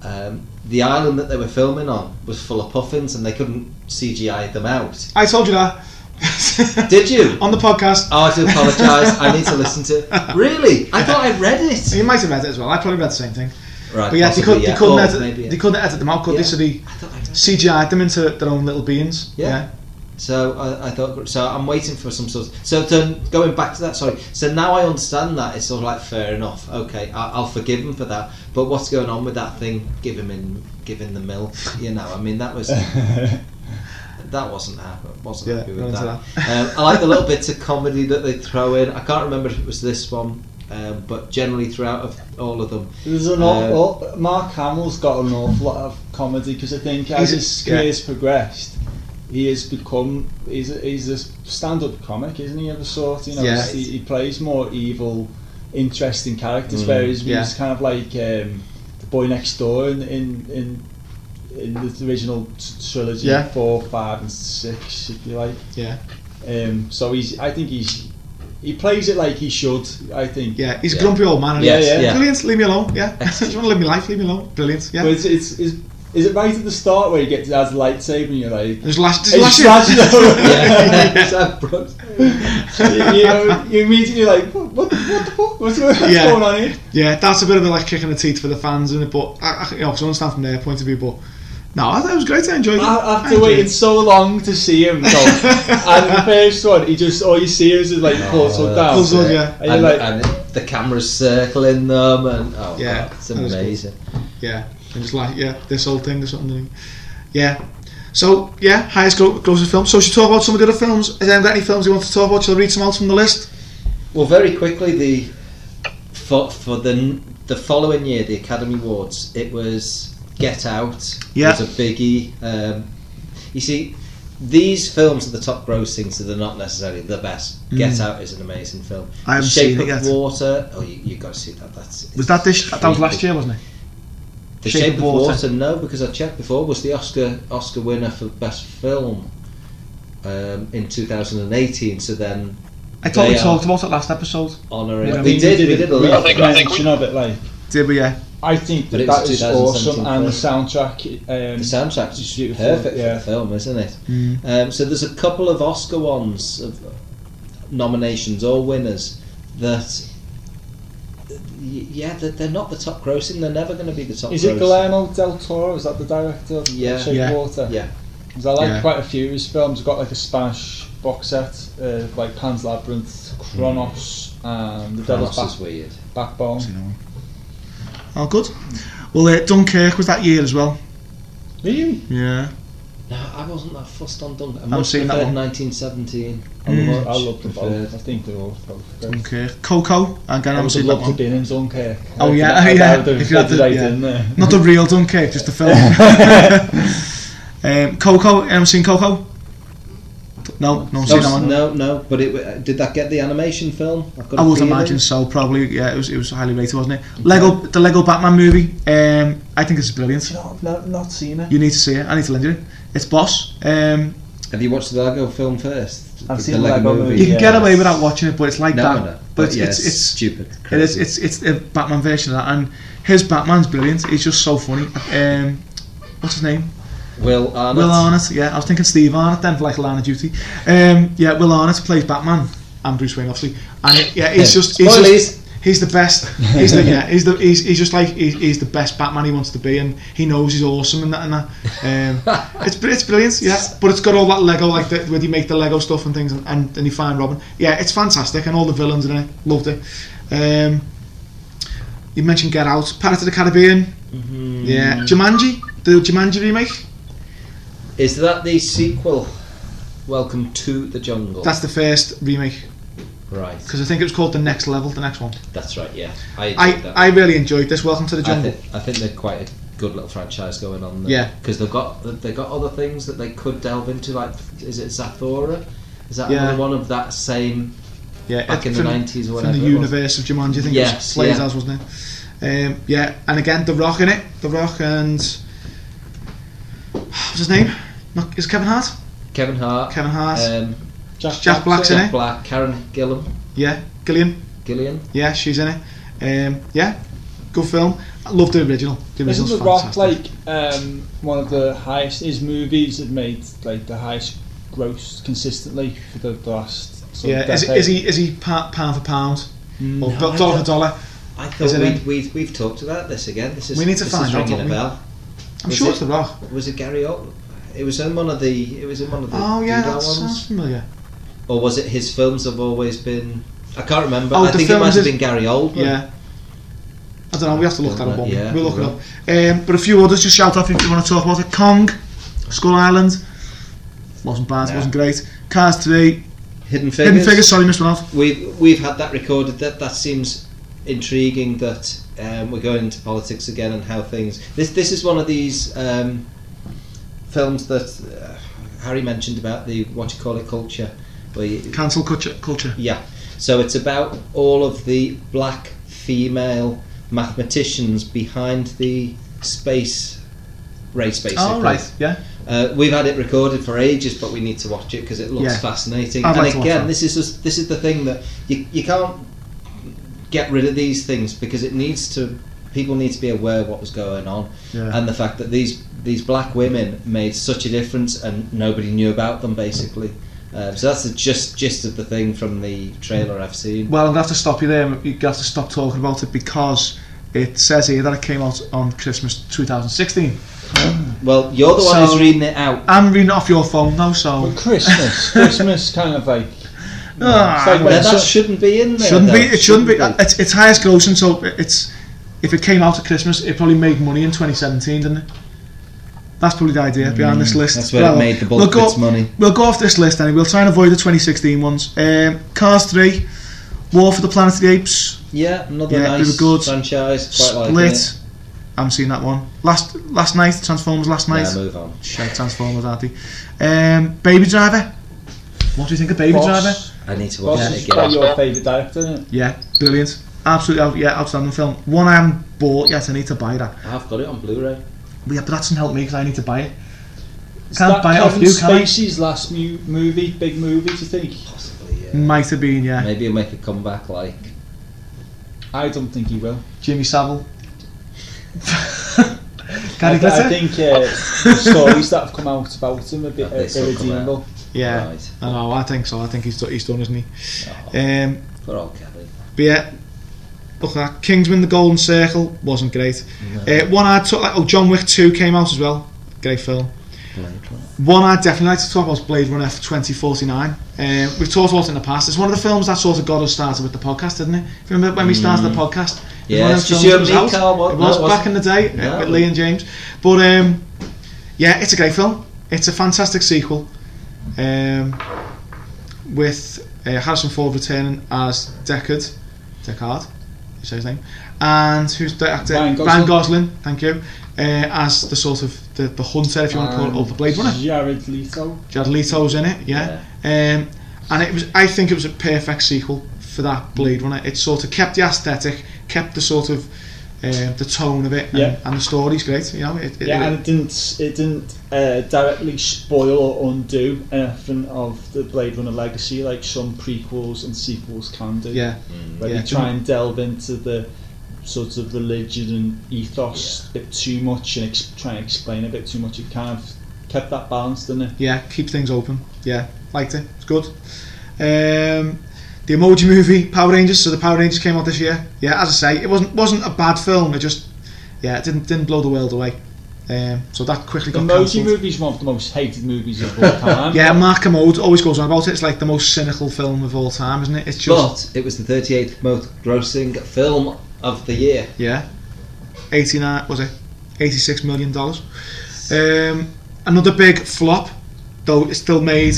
um, the island that they were filming on was full of puffins, and they couldn't CGI them out. I told you that. Did you? On the podcast. Oh, I do apologise. I need to listen to. Really, I thought I read it. You might have read it as well. I probably read the same thing. Right, But yeah, possibly, they, could, yeah. They, couldn't Or edit, maybe, yeah. they couldn't edit them out, could Yeah. they? So they I thought I read it. CGI'd them into their own little beings. Yeah. So I, I thought. So I'm waiting for some sort. Of, so to, going back to that, sorry. So now I understand that it's sort of like fair enough. Okay, I, I'll forgive him for that. But what's going on with that thing? Give him in, give him the milk. You know, I mean that was uh, that wasn't happy. Wasn't Yeah, happy not with into that. um, I like the little bits of comedy that they throw in. I can't remember if it was this one, um, but generally throughout of all of them, there's an Uh, awful, Mark Hamill's got an awful lot of comedy because I think as He's a- his yeah. career's progressed, he has become he's a, he's a stand-up comic, isn't he? Of a sort, you know. Yeah. he's- He, he plays more evil, interesting characters, whereas he Mm, yeah. was kind of like um, the boy next door in in. in in the original t- trilogy, Yeah. four, five, and six, if you like. Yeah. Um, so he's, I think he's He plays it like he should, I think. Yeah, he's a grumpy old man. isn't he? Yes, Yeah, yeah. yeah. Brilliant, leave me alone. Yeah. Do you want to live my life? Leave me alone. Brilliant. Yeah. But it's, it's, is, is it right at the start where he gets his lightsaber and you're like, There's lash, there's "Hey, lashes. slash it over." Yeah. you know, you immediately like, what, what, the, what the fuck? What's going, what's Yeah. going on here? Yeah, that's a bit of a like kick in the teeth for the fans, isn't it? But I, I, you know, 'cause I understand from their point of view. But no, I thought it was great. I enjoyed it. I- I After enjoyed waiting it. so long to see him go, and the first one, he just all you see is his like pulls up down. Pulls up, yeah. Oh, And you're And, like, and the camera's circling them, and oh, Yeah, wow, it's that was cool. amazing. yeah, and just like yeah, this whole thing or something. Yeah. So yeah, highest gro- grossing film. So should we talk about some of the other films? Has anyone got any films you want to talk about? Shall I read some out from the list? Well, very quickly, the for for the the following year, the Academy Awards, it was Get Out. Yeah. was a biggie. Um, you see, these films are the top grossing, so they're not necessarily the best. Get Out is an amazing film. Mm. I haven't Shape seen it of yet. Water. Oh, you you got to see that. That's Was that this? That was last year, wasn't it? The Shape, of Water. No, because I checked before. Was the Oscar Oscar winner for best film um, in 2018? So then I thought They we are- talked about it last episode. honoring. Yeah, I we, mean, did. We did a brief little. I think- I think mention of it, like Did we? Yeah. I think But that, it was that a is 2017 awesome, and the film. soundtrack. Um, The soundtrack's It's just beautiful, perfect for yeah. the film, isn't it? Um, so there's a couple of Oscar ones of uh, nominations or winners that. y- Yeah, they're they're not the top grossing. They're never going to be the top. is it grossing. Guillermo del Toro? Is that the director of Yeah. Shape Yeah. of Water? Yeah, Because I like Yeah. quite a few of his films. I've got like a Spanish box set, uh, like Pan's Labyrinth, Kronos, and The Kronos Devil's is Back- weird. Backbone. Oh, good. Well, uh, Dunkirk was that year as well. Really? Yeah. No, I wasn't that fussed on Duncan. I haven't much seen that preferred one. 1917. I love, Mm. Mm-hmm. I Much love them preferred. both. I think they're all both great. Dunkirk. Coco. Again, I I haven't would seen have that loved to one. be in Dunkirk. Oh, yeah, I, yeah, would have if you had fitted the- right yeah. in there. Not the real Dunkirk, just the film. um, Coco. Anyone seen Coco? No, no one's No, seen that one. no, no, but it w- did that get the animation film? I've got a I would feeling. imagine so. Probably, yeah. It was, it was highly rated, wasn't it? Lego, the Lego Batman movie. Um, I think it's brilliant. No, I've not, not seen it. You need to see it. I need to lend you it. It's Boss. Um, Have you watched the Lego film first? I've the seen the Lego movie. you can get Yeah. away without watching it, but it's like No, that. no, no. But it's, yeah, it's, it's stupid. It is. crazy. It's it's a Batman version of that, and his Batman's brilliant. He's just so funny. Um, what's his name? Will Arnett. Will Arnett. Yeah, I was thinking Steve Arnett then for like Line of Duty. Um, yeah, Will Arnett plays Batman and Bruce Wayne, obviously. And it, yeah, he's just he's, Spoilers. just, he's the best. He's the yeah. He's the he's, he's just like he's, he's the best Batman he wants to be, and he knows he's awesome and that and that. Um, it's br- it's brilliant. Yeah, but it's got all that Lego like the, where you make the Lego stuff and things, and, and and you find Robin. Yeah, it's fantastic, and all the villains in it. Loved it. Um, you mentioned Get Out, Pirates of the Caribbean. Hmm. Yeah, Jumanji, the Jumanji remake. Is that the sequel? Welcome to the jungle. That's the first remake right. because I think it was called the next level, the next one. That's right. Yeah, I enjoyed I, that. I really enjoyed this. Welcome to the I jungle. think, I think they're quite a good little franchise going on. There. Yeah. because they've got they've got other things that they could delve into. Like, is it Zathura? Is that Yeah. another one of that same? yeah, back it- in the from- 90s or From the whatever it was. universe of Jumanji, I think it was Yes, plays yeah. as wasn't it? Um, yeah, and again, The Rock in it. The Rock and what's his name? Not, is it Kevin Hart? Kevin Hart. Kevin Hart. Um, Jack Black's in Jack it. Black. Karen Gillan. Yeah, Gillian. Gillian. Yeah, she's in it. Um, yeah, good film. I love the original. The Isn't original's The Rock fantastic. like um, one of the highest? His movies have made like the highest gross consistently for the, the last. Sort yeah, of is, decade. is he is he pa- pound for pound or Mm, No, do- I dollar don't- for dollar? I Is thought it we'd, in? we'd, we've talked about this again. This is We need to this find is out, ringing don't a we? bell. I'm Is sure it- it's The Rock. Was it Gary Oldman? It was in one of the. It was in one of the. Oh yeah, Doodah that sounds ones. familiar. Or was it his films have always been? I can't remember. Oh, I the think it films might have is- been Gary Oldman. Yeah. I don't know, we have to look that Don't up. know, won't we? yeah, we'll look we it up. Um, but a few others, just shout off if you want to talk about it. Kong, Skull Island, wasn't bad, No. wasn't great. Cars 3, Hidden Figures. Hidden Figures, sorry, missed one off. We've we've had that recorded. That that seems intriguing. That um, we're going into politics again and how things. This this is one of these um, films that uh, Harry mentioned about the what you call it culture, where you, Cancel culture. culture. Yeah. So it's about all of the black female mathematicians behind the space race, basically. Oh, right, yeah. Uh, we've had it recorded for ages, but we need to watch it because it looks Yeah. fascinating. I'd and like to watch again, that. this is just, this is the thing that you, you can't get rid of these things because it needs to. People need to be aware of what was going on, Yeah. and the fact that these these black women made such a difference, and nobody knew about them basically. Uh, so that's the gist, gist of the thing from the trailer I've seen. Well, I'm gonna have to stop you there. You have to stop talking about it because it says here that it came out on Christmas 2016. Well, you're the one So- who's reading it out. I'm reading it off your phone now, so Well, Christmas, Christmas kind of like Ah, It's like when Now, that so- shouldn't be in there. shouldn't though. be. It shouldn't be. It's, it's highest grossing, so it's if it came out at Christmas, it probably made money in 2017, didn't it? That's probably the idea behind this list. Mm, That's where Well, it made the bulk we'll go- of its money. We'll go off this list anyway. We'll try and avoid the 2016 ones. Um, Cars 3, War for the Planet of the Apes, Yeah, another Yeah, they nice were good. franchise. Quite like Split. it. I haven't seen that one. Last last night, Transformers last night. Yeah, move on. Shag Transformers, aren't they? Um, Baby Driver. What do you think of Baby Boss. Driver? I need to watch Boss it is again. quite your favourite director, isn't it? Yeah, brilliant. Absolutely, out- yeah, outstanding film. One I haven't bought yet. I need to buy that. I've got it on Blu-ray. But yeah, but that doesn't help me because I need to buy it. Is Can't that buy it off Kevin you, can I? Spacey's last mu- movie, big movie, do you think? Possibly, yeah. Might have been, yeah. Maybe it'll make a comeback like I don't think he will. Jimmy Savile. I, Gary th- I Glitter. Oh. think uh, the stories that have come out about him are a bit Have uh, they still come irredeemable. Yeah, Right. I know. I think so. I think he's, do- he's done, isn't he? Um, for old Kelly. but yeah, look at that. Kingsman: The Golden Circle wasn't great. Uh, one I took. Like, oh, John Wick Two came out as well. Great film. One I'd definitely like to talk about is Blade Runner for 2049. Um, we've talked about it in the past. It's one of the films that sort of got us started with the podcast, didn't it? If you remember when we started the podcast? It was Mm. Yeah, one of it's the just films you that and was me, out. Carl, wa- It no, was it back in the day uh, No. with Lee and James. But um, yeah, it's a great film. It's a fantastic sequel um, with uh, Harrison Ford returning as Deckard. Deckard, you say his name. And who's the actor? Ryan Gosling. Ryan Gosling, thank you. Uh, as the sort of the, the hunter, if you want to call it, And of the Blade Runner. Jared Leto. Jared Leto's in it, yeah. Um, and it was, I think it was a perfect sequel for Mm. that Blade Runner. It sort of kept the aesthetic, kept the sort of uh, the tone of it, and, Yeah. and the story's great. You know, it, it, Yeah, it- and it didn't it didn't uh, directly spoil or undo anything of the Blade Runner legacy like some prequels and sequels can do. yeah, where yeah. they try and delve into the sort of religion and ethos a bit too much and ex- try and explain a bit too much. It kind of kept that balance, didn't it? yeah, keep things open. Yeah, liked it. It's good. Um, the Emoji Movie, Power Rangers. So the Power Rangers came out this year. Yeah, as I say, it wasn't wasn't a bad film. It just yeah, it didn't didn't blow the world away. Um, so that quickly The got Emoji cancelled. movie's one of the most hated movies of all time. Yeah, Mark Kermode always goes on about it. It's like the most cynical film of all time, isn't it? It's just But it was the 38th most grossing film of the year. yeah, eighty nine was it? Eighty six million dollars. Um, another big flop, though it still made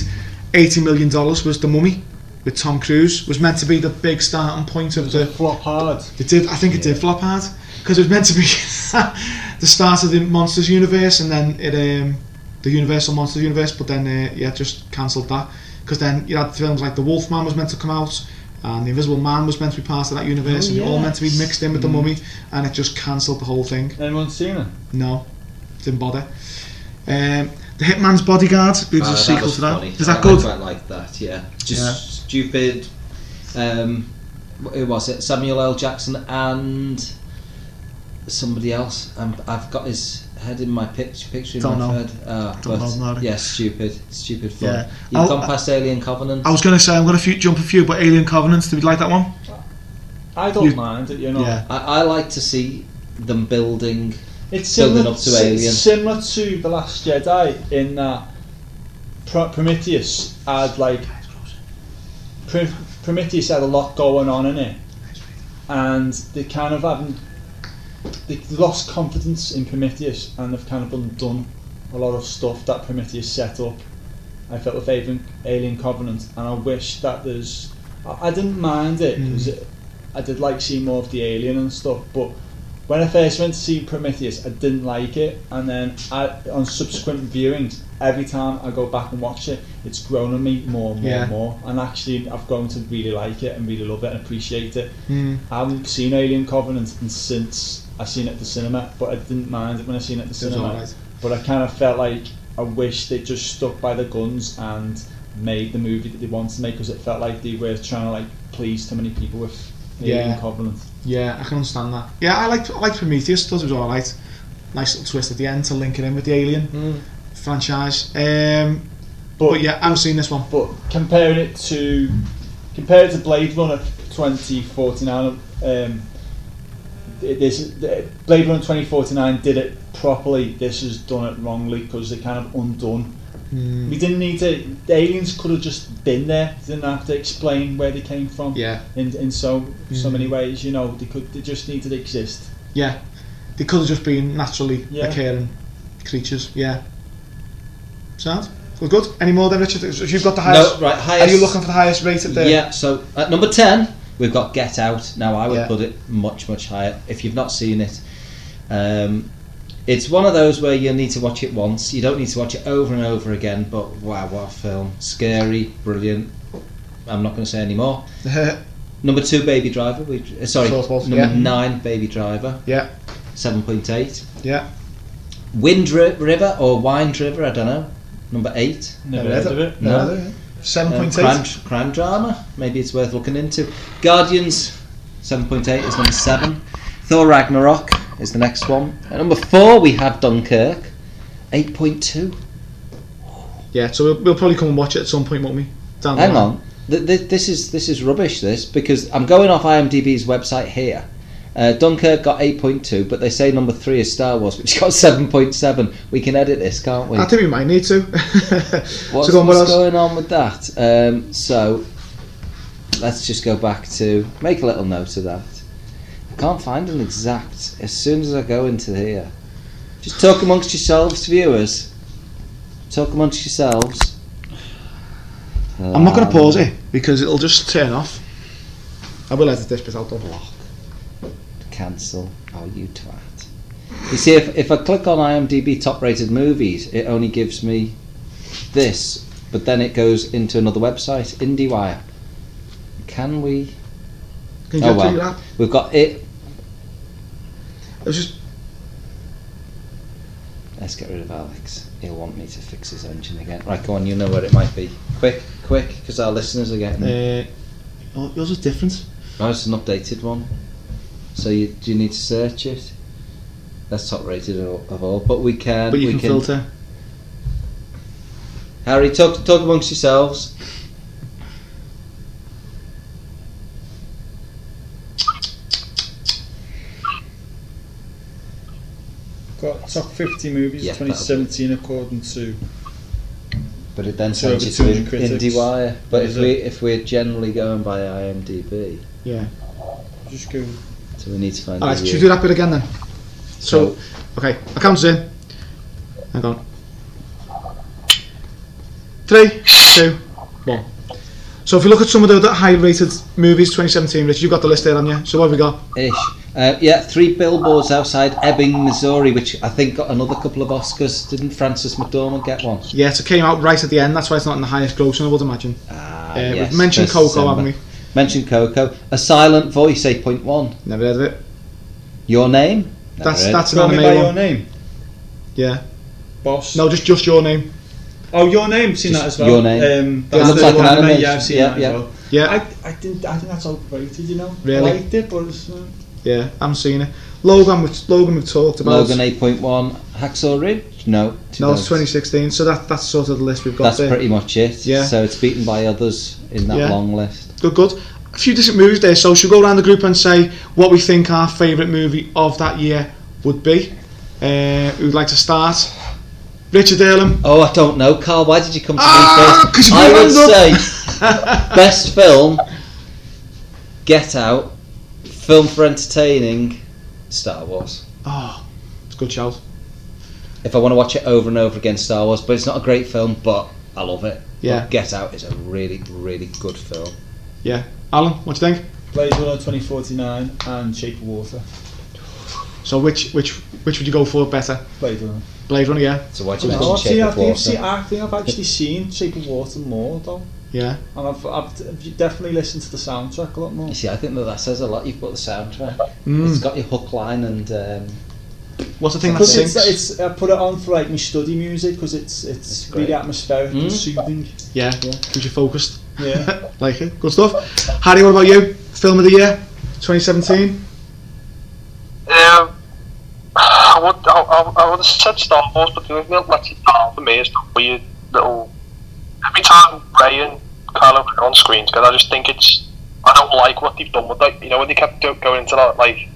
eighty million dollars, was The Mummy with Tom Cruise. Was meant to be the big starting point of the. flop hard. It did. I think it did flop hard because it was meant to be the start of the monsters universe, and then it um, the Universal Monsters universe. But then uh, yeah, just cancelled that because then you had films like The Wolfman was meant to come out, and The Invisible Man was meant to be part of that universe, and they're all meant to be mixed in with the Mummy, and it just cancelled the whole thing. Anyone seen it? No, didn't bother. Um, the Hitman's Bodyguard, which is Uh, a sequel was to that. funny. Is that I good? quite like that. Yeah, just Yeah. stupid. Um, wh- who was it? Samuel L. Jackson and somebody else. Um, I've got his head in my pitch, picture in Don't my know. head. Uh, Don't but know, Larry. yeah, stupid, stupid fun. Yeah. You've I'll- gone past Alien Covenant. I was going to say I'm going to few, jump a few, but Alien Covenants. Did you like that one? I don't You- mind it, you know. Yeah. I, I like to see them building. It's similar, Building up to it's Alien. similar to The Last Jedi in that Pro- Prometheus had like Pr- Prometheus had a lot going on in it, and they kind of haven't they lost confidence in Prometheus and they've kind of undone a lot of stuff that Prometheus set up. I felt with Alien, Alien Covenant, and I wish that there's I, I didn't mind it because I did like seeing more of the alien and stuff, but when I first went to see Prometheus, I didn't like it, and then I, on subsequent viewings, every time I go back and watch it, it's grown on me more and more Yeah. and more. And actually, I've grown to really like it and really love it and appreciate it. Hmm. I haven't seen Alien Covenant and since I seen it at the cinema, but I didn't mind it when I seen it at the was cinema. alright. But I kind of felt like I wish they just stuck by the guns and made the movie that they wanted to make because it felt like they were trying to like please too many people with Alien Yeah. Covenant. Yeah, I can understand that. Yeah, I liked I liked Prometheus. Thought it was all right. Nice little twist at the end to link it in with the Alien franchise. Um, but, yeah, I haven't seen this one. But comparing it to compare it to Blade Runner 2049, um, it- this the- Blade Runner 2049 did it properly. This has done it wrongly because they kind of undone. We didn't need to. The aliens could have just been there. They didn't have to explain where they came from. Yeah, In, in so so many ways, you know, they could they just needed to exist. yeah, they could have just been naturally Yeah. occurring creatures. Yeah, sound well good. Any more then, Richard? If You've got the highest. No, right, Are highest. you looking for the highest rated there? Yeah, so at number 10, we've got Get Out. Now, I would Yeah. put it much, much higher if you've not seen it. Um, it's one of those where you need to watch it once. You don't need to watch it over and over again, but wow, what a film. Scary, brilliant. I'm not going to say any more. Number two, Baby Driver. We, uh, sorry, Short was, number yeah. nine, Baby Driver, yeah, 7.8. yeah. Wind Ri- River or Wind River, I don't know. Number eight. Never Never heard of it. No. Seven Um, point crime, eight. crime drama. Maybe it's worth looking into. Guardians, 7.8 is number 7. Thor Ragnarok is the next one. At number 4, we have Dunkirk, 8.2. Yeah, so we'll, we'll probably come and watch it at some point, won't we? Down the Hang line. on. Th- th- this, is, this is rubbish, this, because I'm going off IMDb's website here. Uh, Dunkirk got 8.2, but they say number 3 is Star Wars, which got 7.7. We can edit this, can't we? I think we might need to. What's, so go on, what what's else? going on with that? Um, so let's just go back to make a little note of that. I can't find an exact. As soon as I go into here, just talk amongst yourselves, viewers. Talk amongst yourselves. I'm not going Ah, to pause it because it'll just turn off. I will edit this, but I'll double off. Cancel. Oh, you twat. You see, if, if I click on IMDb top rated movies, it only gives me this, but then it goes into another website, IndieWire. Can we? Can you Oh, do well. that? We've got it. It was just Let's get rid of Alex. He'll want me to fix his engine again. Right, go on. You know where it might be. Quick, quick, because our listeners are getting. uh, oh, yours is different. No, it's an updated one. So you do you need to search it? That's top rated of all, of all. but we can. But you we can, filter. Harry, talk talk amongst yourselves. Got top 50 movies Yeah, of 2017 according to But it then So sends you over to 200 critics. IndieWire. But if Is we it? if we're generally going by IMDb, Yeah. just go so we need to find. Oh, All right, a should we year. do that bit again then? So, okay, I count us in. Hang on. Three, two, one. So if you look at some of the other high-rated movies 2017, Rich, you've got the list there, haven't you? So what have we got? Ish. Uh, yeah, three billboards outside Ebbing, Missouri, which I think got another couple of Oscars. Didn't Francis McDormand get one? Yeah, so it came out right at the end. That's why it's not in the highest grossing, I would imagine. Ah, Uh, yes, we've mentioned first Coco, December. haven't we? Mentioned Coco. A Silent Voice 8.1. Never heard of it. Your Name? Never That's heard. that's an Call me by anime your one. name, Yeah. boss. No, just just your name. Oh, your name. Seen Just that as well. Your Name. Um, It that's looks the like an one anime, animation. Yeah, I've seen Yeah, that yeah. as well. Yeah, I, I didn't. I think that's overrated. You know. Really? I liked it, but it's, uh, yeah. I haven't seen it. Logan, we've, Logan, we've talked about. Logan 8.1. Hacksaw Ridge? No. no, 2000. it's 2016. So that that's sort of the list we've got That's there. pretty much it. Yeah. So it's beaten by others in that Yeah. long list. Good, good. A few different movies there. So she'll go around the group and say what we think our favourite movie of that year would be. Uh, who'd like to start? Richard Earlham. Oh, I don't know, Carl. Why did you come to Ah, me 'cause first? you I put your would say hands best film, Get Out, film for entertaining, Star Wars. Oh, it's a good shout. If I want to watch it over and over again, Star Wars. But it's not a great film, but I love it. Yeah. But Get Out is a really, really good film. Yeah. Alan, what do you think? Blade Runner 2049 and Shape of Water. So which which which would you go for better? Blade Runner. Blade Runner, yeah. So why do you Oh, mention see, Shape I, of think I've seen, Water? I think I've actually seen Shape of Water more though, Yeah. and I've, I've, I've definitely listened to the soundtrack a lot more. Hmm. You see, I think that that says a lot. You've got the soundtrack. Mm. It's got your hook line and um, What's the thing that Because it's, sinks? it's I put it on for like my study music because it's it's, It's really great. Hmm? atmospheric and Mm. soothing. yeah, keeps you focused. Yeah. like it. Good stuff. Harry, what about you? Film of the year, 2017. Um, I would, I, I, I would have said Star Wars, but doing it lets it down for me is the weird little. Every time Ray and Kylo Ren are on screen together, I just think it's. I don't like what they've done with it. You know, when they kept go- going into that, like.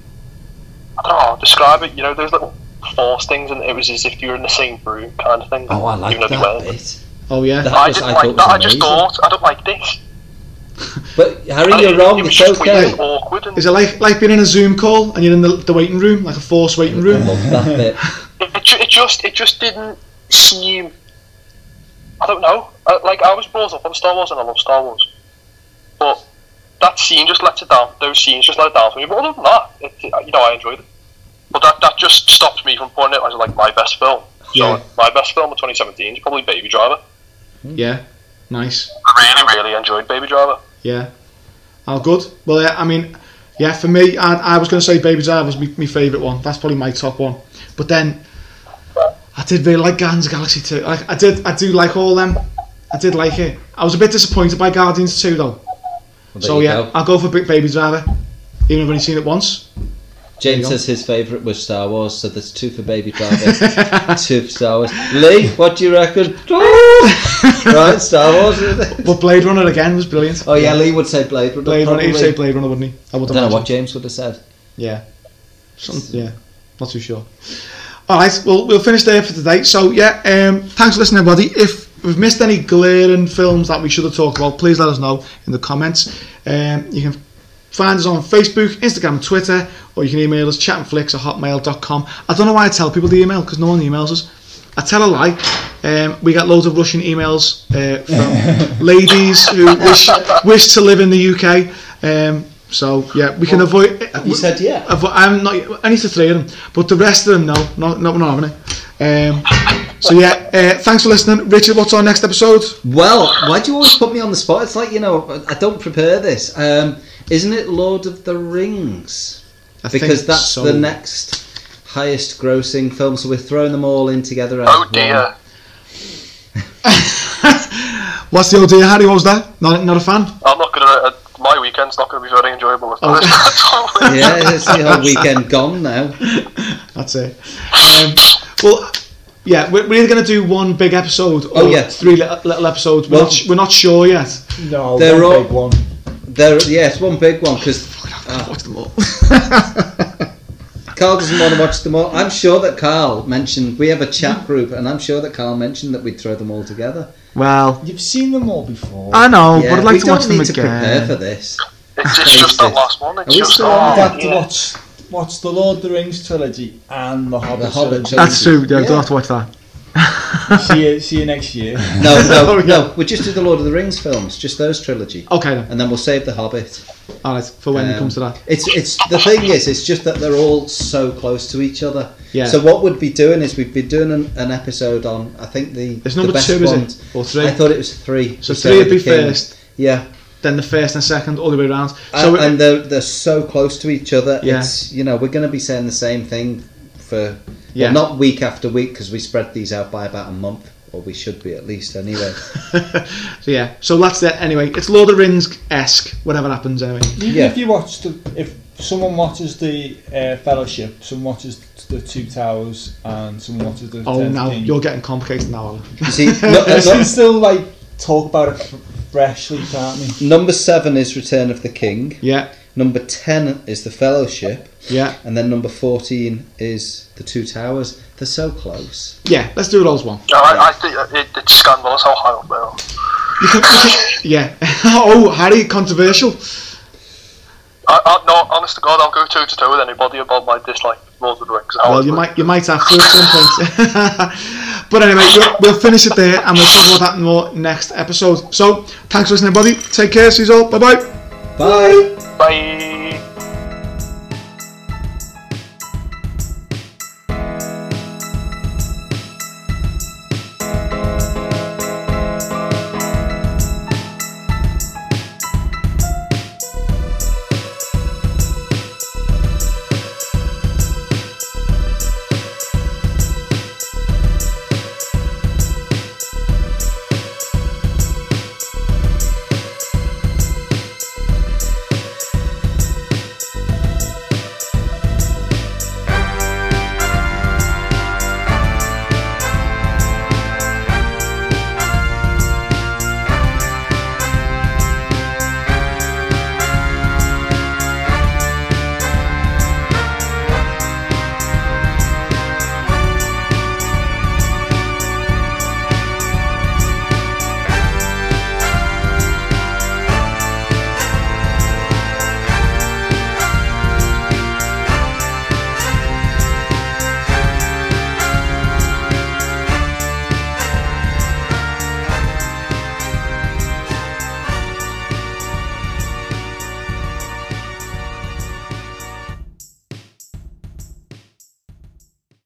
I don't know how to describe it. You know, those little force things, and it was as if you were in the same room kind of thing. Oh, I like even though they that weren't. bit. Oh yeah. That I was- didn't I thought was like that. I just amazing. thought, I don't like this. But And Harry, it- you're wrong. It was It's just weird okay. and awkward. And Is it like like being in a Zoom call and you're in the, the waiting room, like a forced waiting I room? love that bit. it, ju- it just it just didn't seem. I don't know. I, like I was brought up on Star Wars and I love Star Wars, but that scene just let it down. Those scenes just let it down for me. But other than that, it, you know, I enjoyed it. But that, that just stopped me from putting it as like my best film. Yeah. So my best film of 2017 is probably Baby Driver. Yeah. Nice. I really, really enjoyed Baby Driver. Yeah. Oh, good. Well, yeah, I mean, yeah, for me, I, I was going to say Baby Driver was my favourite one. That's probably my top one. But then, I did really like Guardians of the Galaxy 2. Like, I did, I do like all them. I did like it. I was a bit disappointed by Guardians 2, though. Well, there so, you yeah, go. I'll go for Big Baby Driver. Even if I've only seen it once. James go. says his favourite was Star Wars, so there's two for Baby Driver, two for Star Wars. Lee, what do you reckon? right, Star Wars. isn't it? But Blade Runner again was brilliant. Oh yeah, Lee would say Blade Runner. Blade Runner, he'd probably. say Blade Runner, wouldn't he? I would I don't know imagine. what James would have said. Yeah. Some, yeah. Not too sure. All right. Well, we'll finish there for today. So yeah. Um, thanks for listening, everybody. If we've missed any glaring films that we should have talked about, please let us know in the comments. Um, you can find us on Facebook, Instagram, Twitter, or you can email us chatandflicks at hotmail.com. I don't know why I tell people the email because no one emails us. I tell a lie. Um, we got loads of Russian emails uh, from ladies who wish wish to live in the UK. Um, so yeah, we can avoid. You said yeah. I've, I'm not. I need to three of them, but the rest of them, no, no, no we're not having it. Um, so yeah, uh, thanks for listening, Richard. What's our next episode? Well, why do you always put me on the spot? It's like you know, I don't prepare this. Um, isn't it Lord of the Rings? I think Because that's so. the next highest grossing film, so we're throwing them all in together. as Oh one. dear. What's the old dear Harry? What was that? Not, not a fan. I'm not gonna. Uh, my weekend's not gonna be very enjoyable. If that is- that's all. Oh. Yeah, it's the whole weekend gone now. That's it. Um, well, yeah, we're, we're either going to do one big episode or Oh, yeah. three li- little episodes. We're, Well- not, sh- we're not sure yet. No, They're one all- big one. There, yeah, it's one big one because I've watched them all. Ah. Carl doesn't want to watch them all. I'm sure that Carl mentioned we have a Mm-hmm. chat group, and I'm sure that Carl mentioned that we'd throw them all together. Well, You've seen them all before. I know, yeah, Oh, but I'd like we to don't watch need them to prepare again. for this. It's, it's just the last one. It's Are we just still oh, on I'd have to yeah. watch, watch the Lord of the Rings trilogy and the Hobbit, The Hobbit trilogy. That's true. Yeah, Yeah. We'll have to watch that. see, you, see you next year. No, no, Oh, yeah. no. We just do the Lord of the Rings films, just those trilogy, Okay, then. and then we'll save the Hobbit. All right, for when it Um, comes to that. It's it's the thing is, it's just that they're all so close to each other. Yeah. So what we'd be doing is we'd be doing an, an episode on I think the It's the number best two, is ones- it? Or three? I thought it was three. We So three would started be the King. first, Yeah. then the first and second, all the way around. So So it- Uh, and they're they're so close to each other. Yeah. It's you know we're going to be saying the same thing for Yeah. well, not week after week because we spread these out by about a month or we should be at least anyway. so yeah, so that's it. Anyway, it's Lord of the Rings esque. Whatever happens, anyway. Even Yeah. if you watch the, if someone watches the uh, Fellowship, someone watches the Two Towers, and someone watches the Oh, Tenth now King, you're getting complicated now. Alan. You see, no, you no, can still like talk about it f- freshly, can't you? number seven is Return of the King. Yeah, Number ten is the Fellowship. yeah, And then number 14 is the Two Towers. They're so close. yeah. Let's do those one. Yeah, I, I think it, it's scandalous how high up they are. You can, you can- yeah. oh, Harry, controversial. I, I, no, honest to God, I'll go two to two with anybody about my dislike for Lord of the Rings. Well, you might you might have to at some point. but anyway, we'll, we'll finish it there, and we'll talk about that more next episode. So, thanks for listening, everybody. Take care, see you all. Bye bye. Bye. Bye.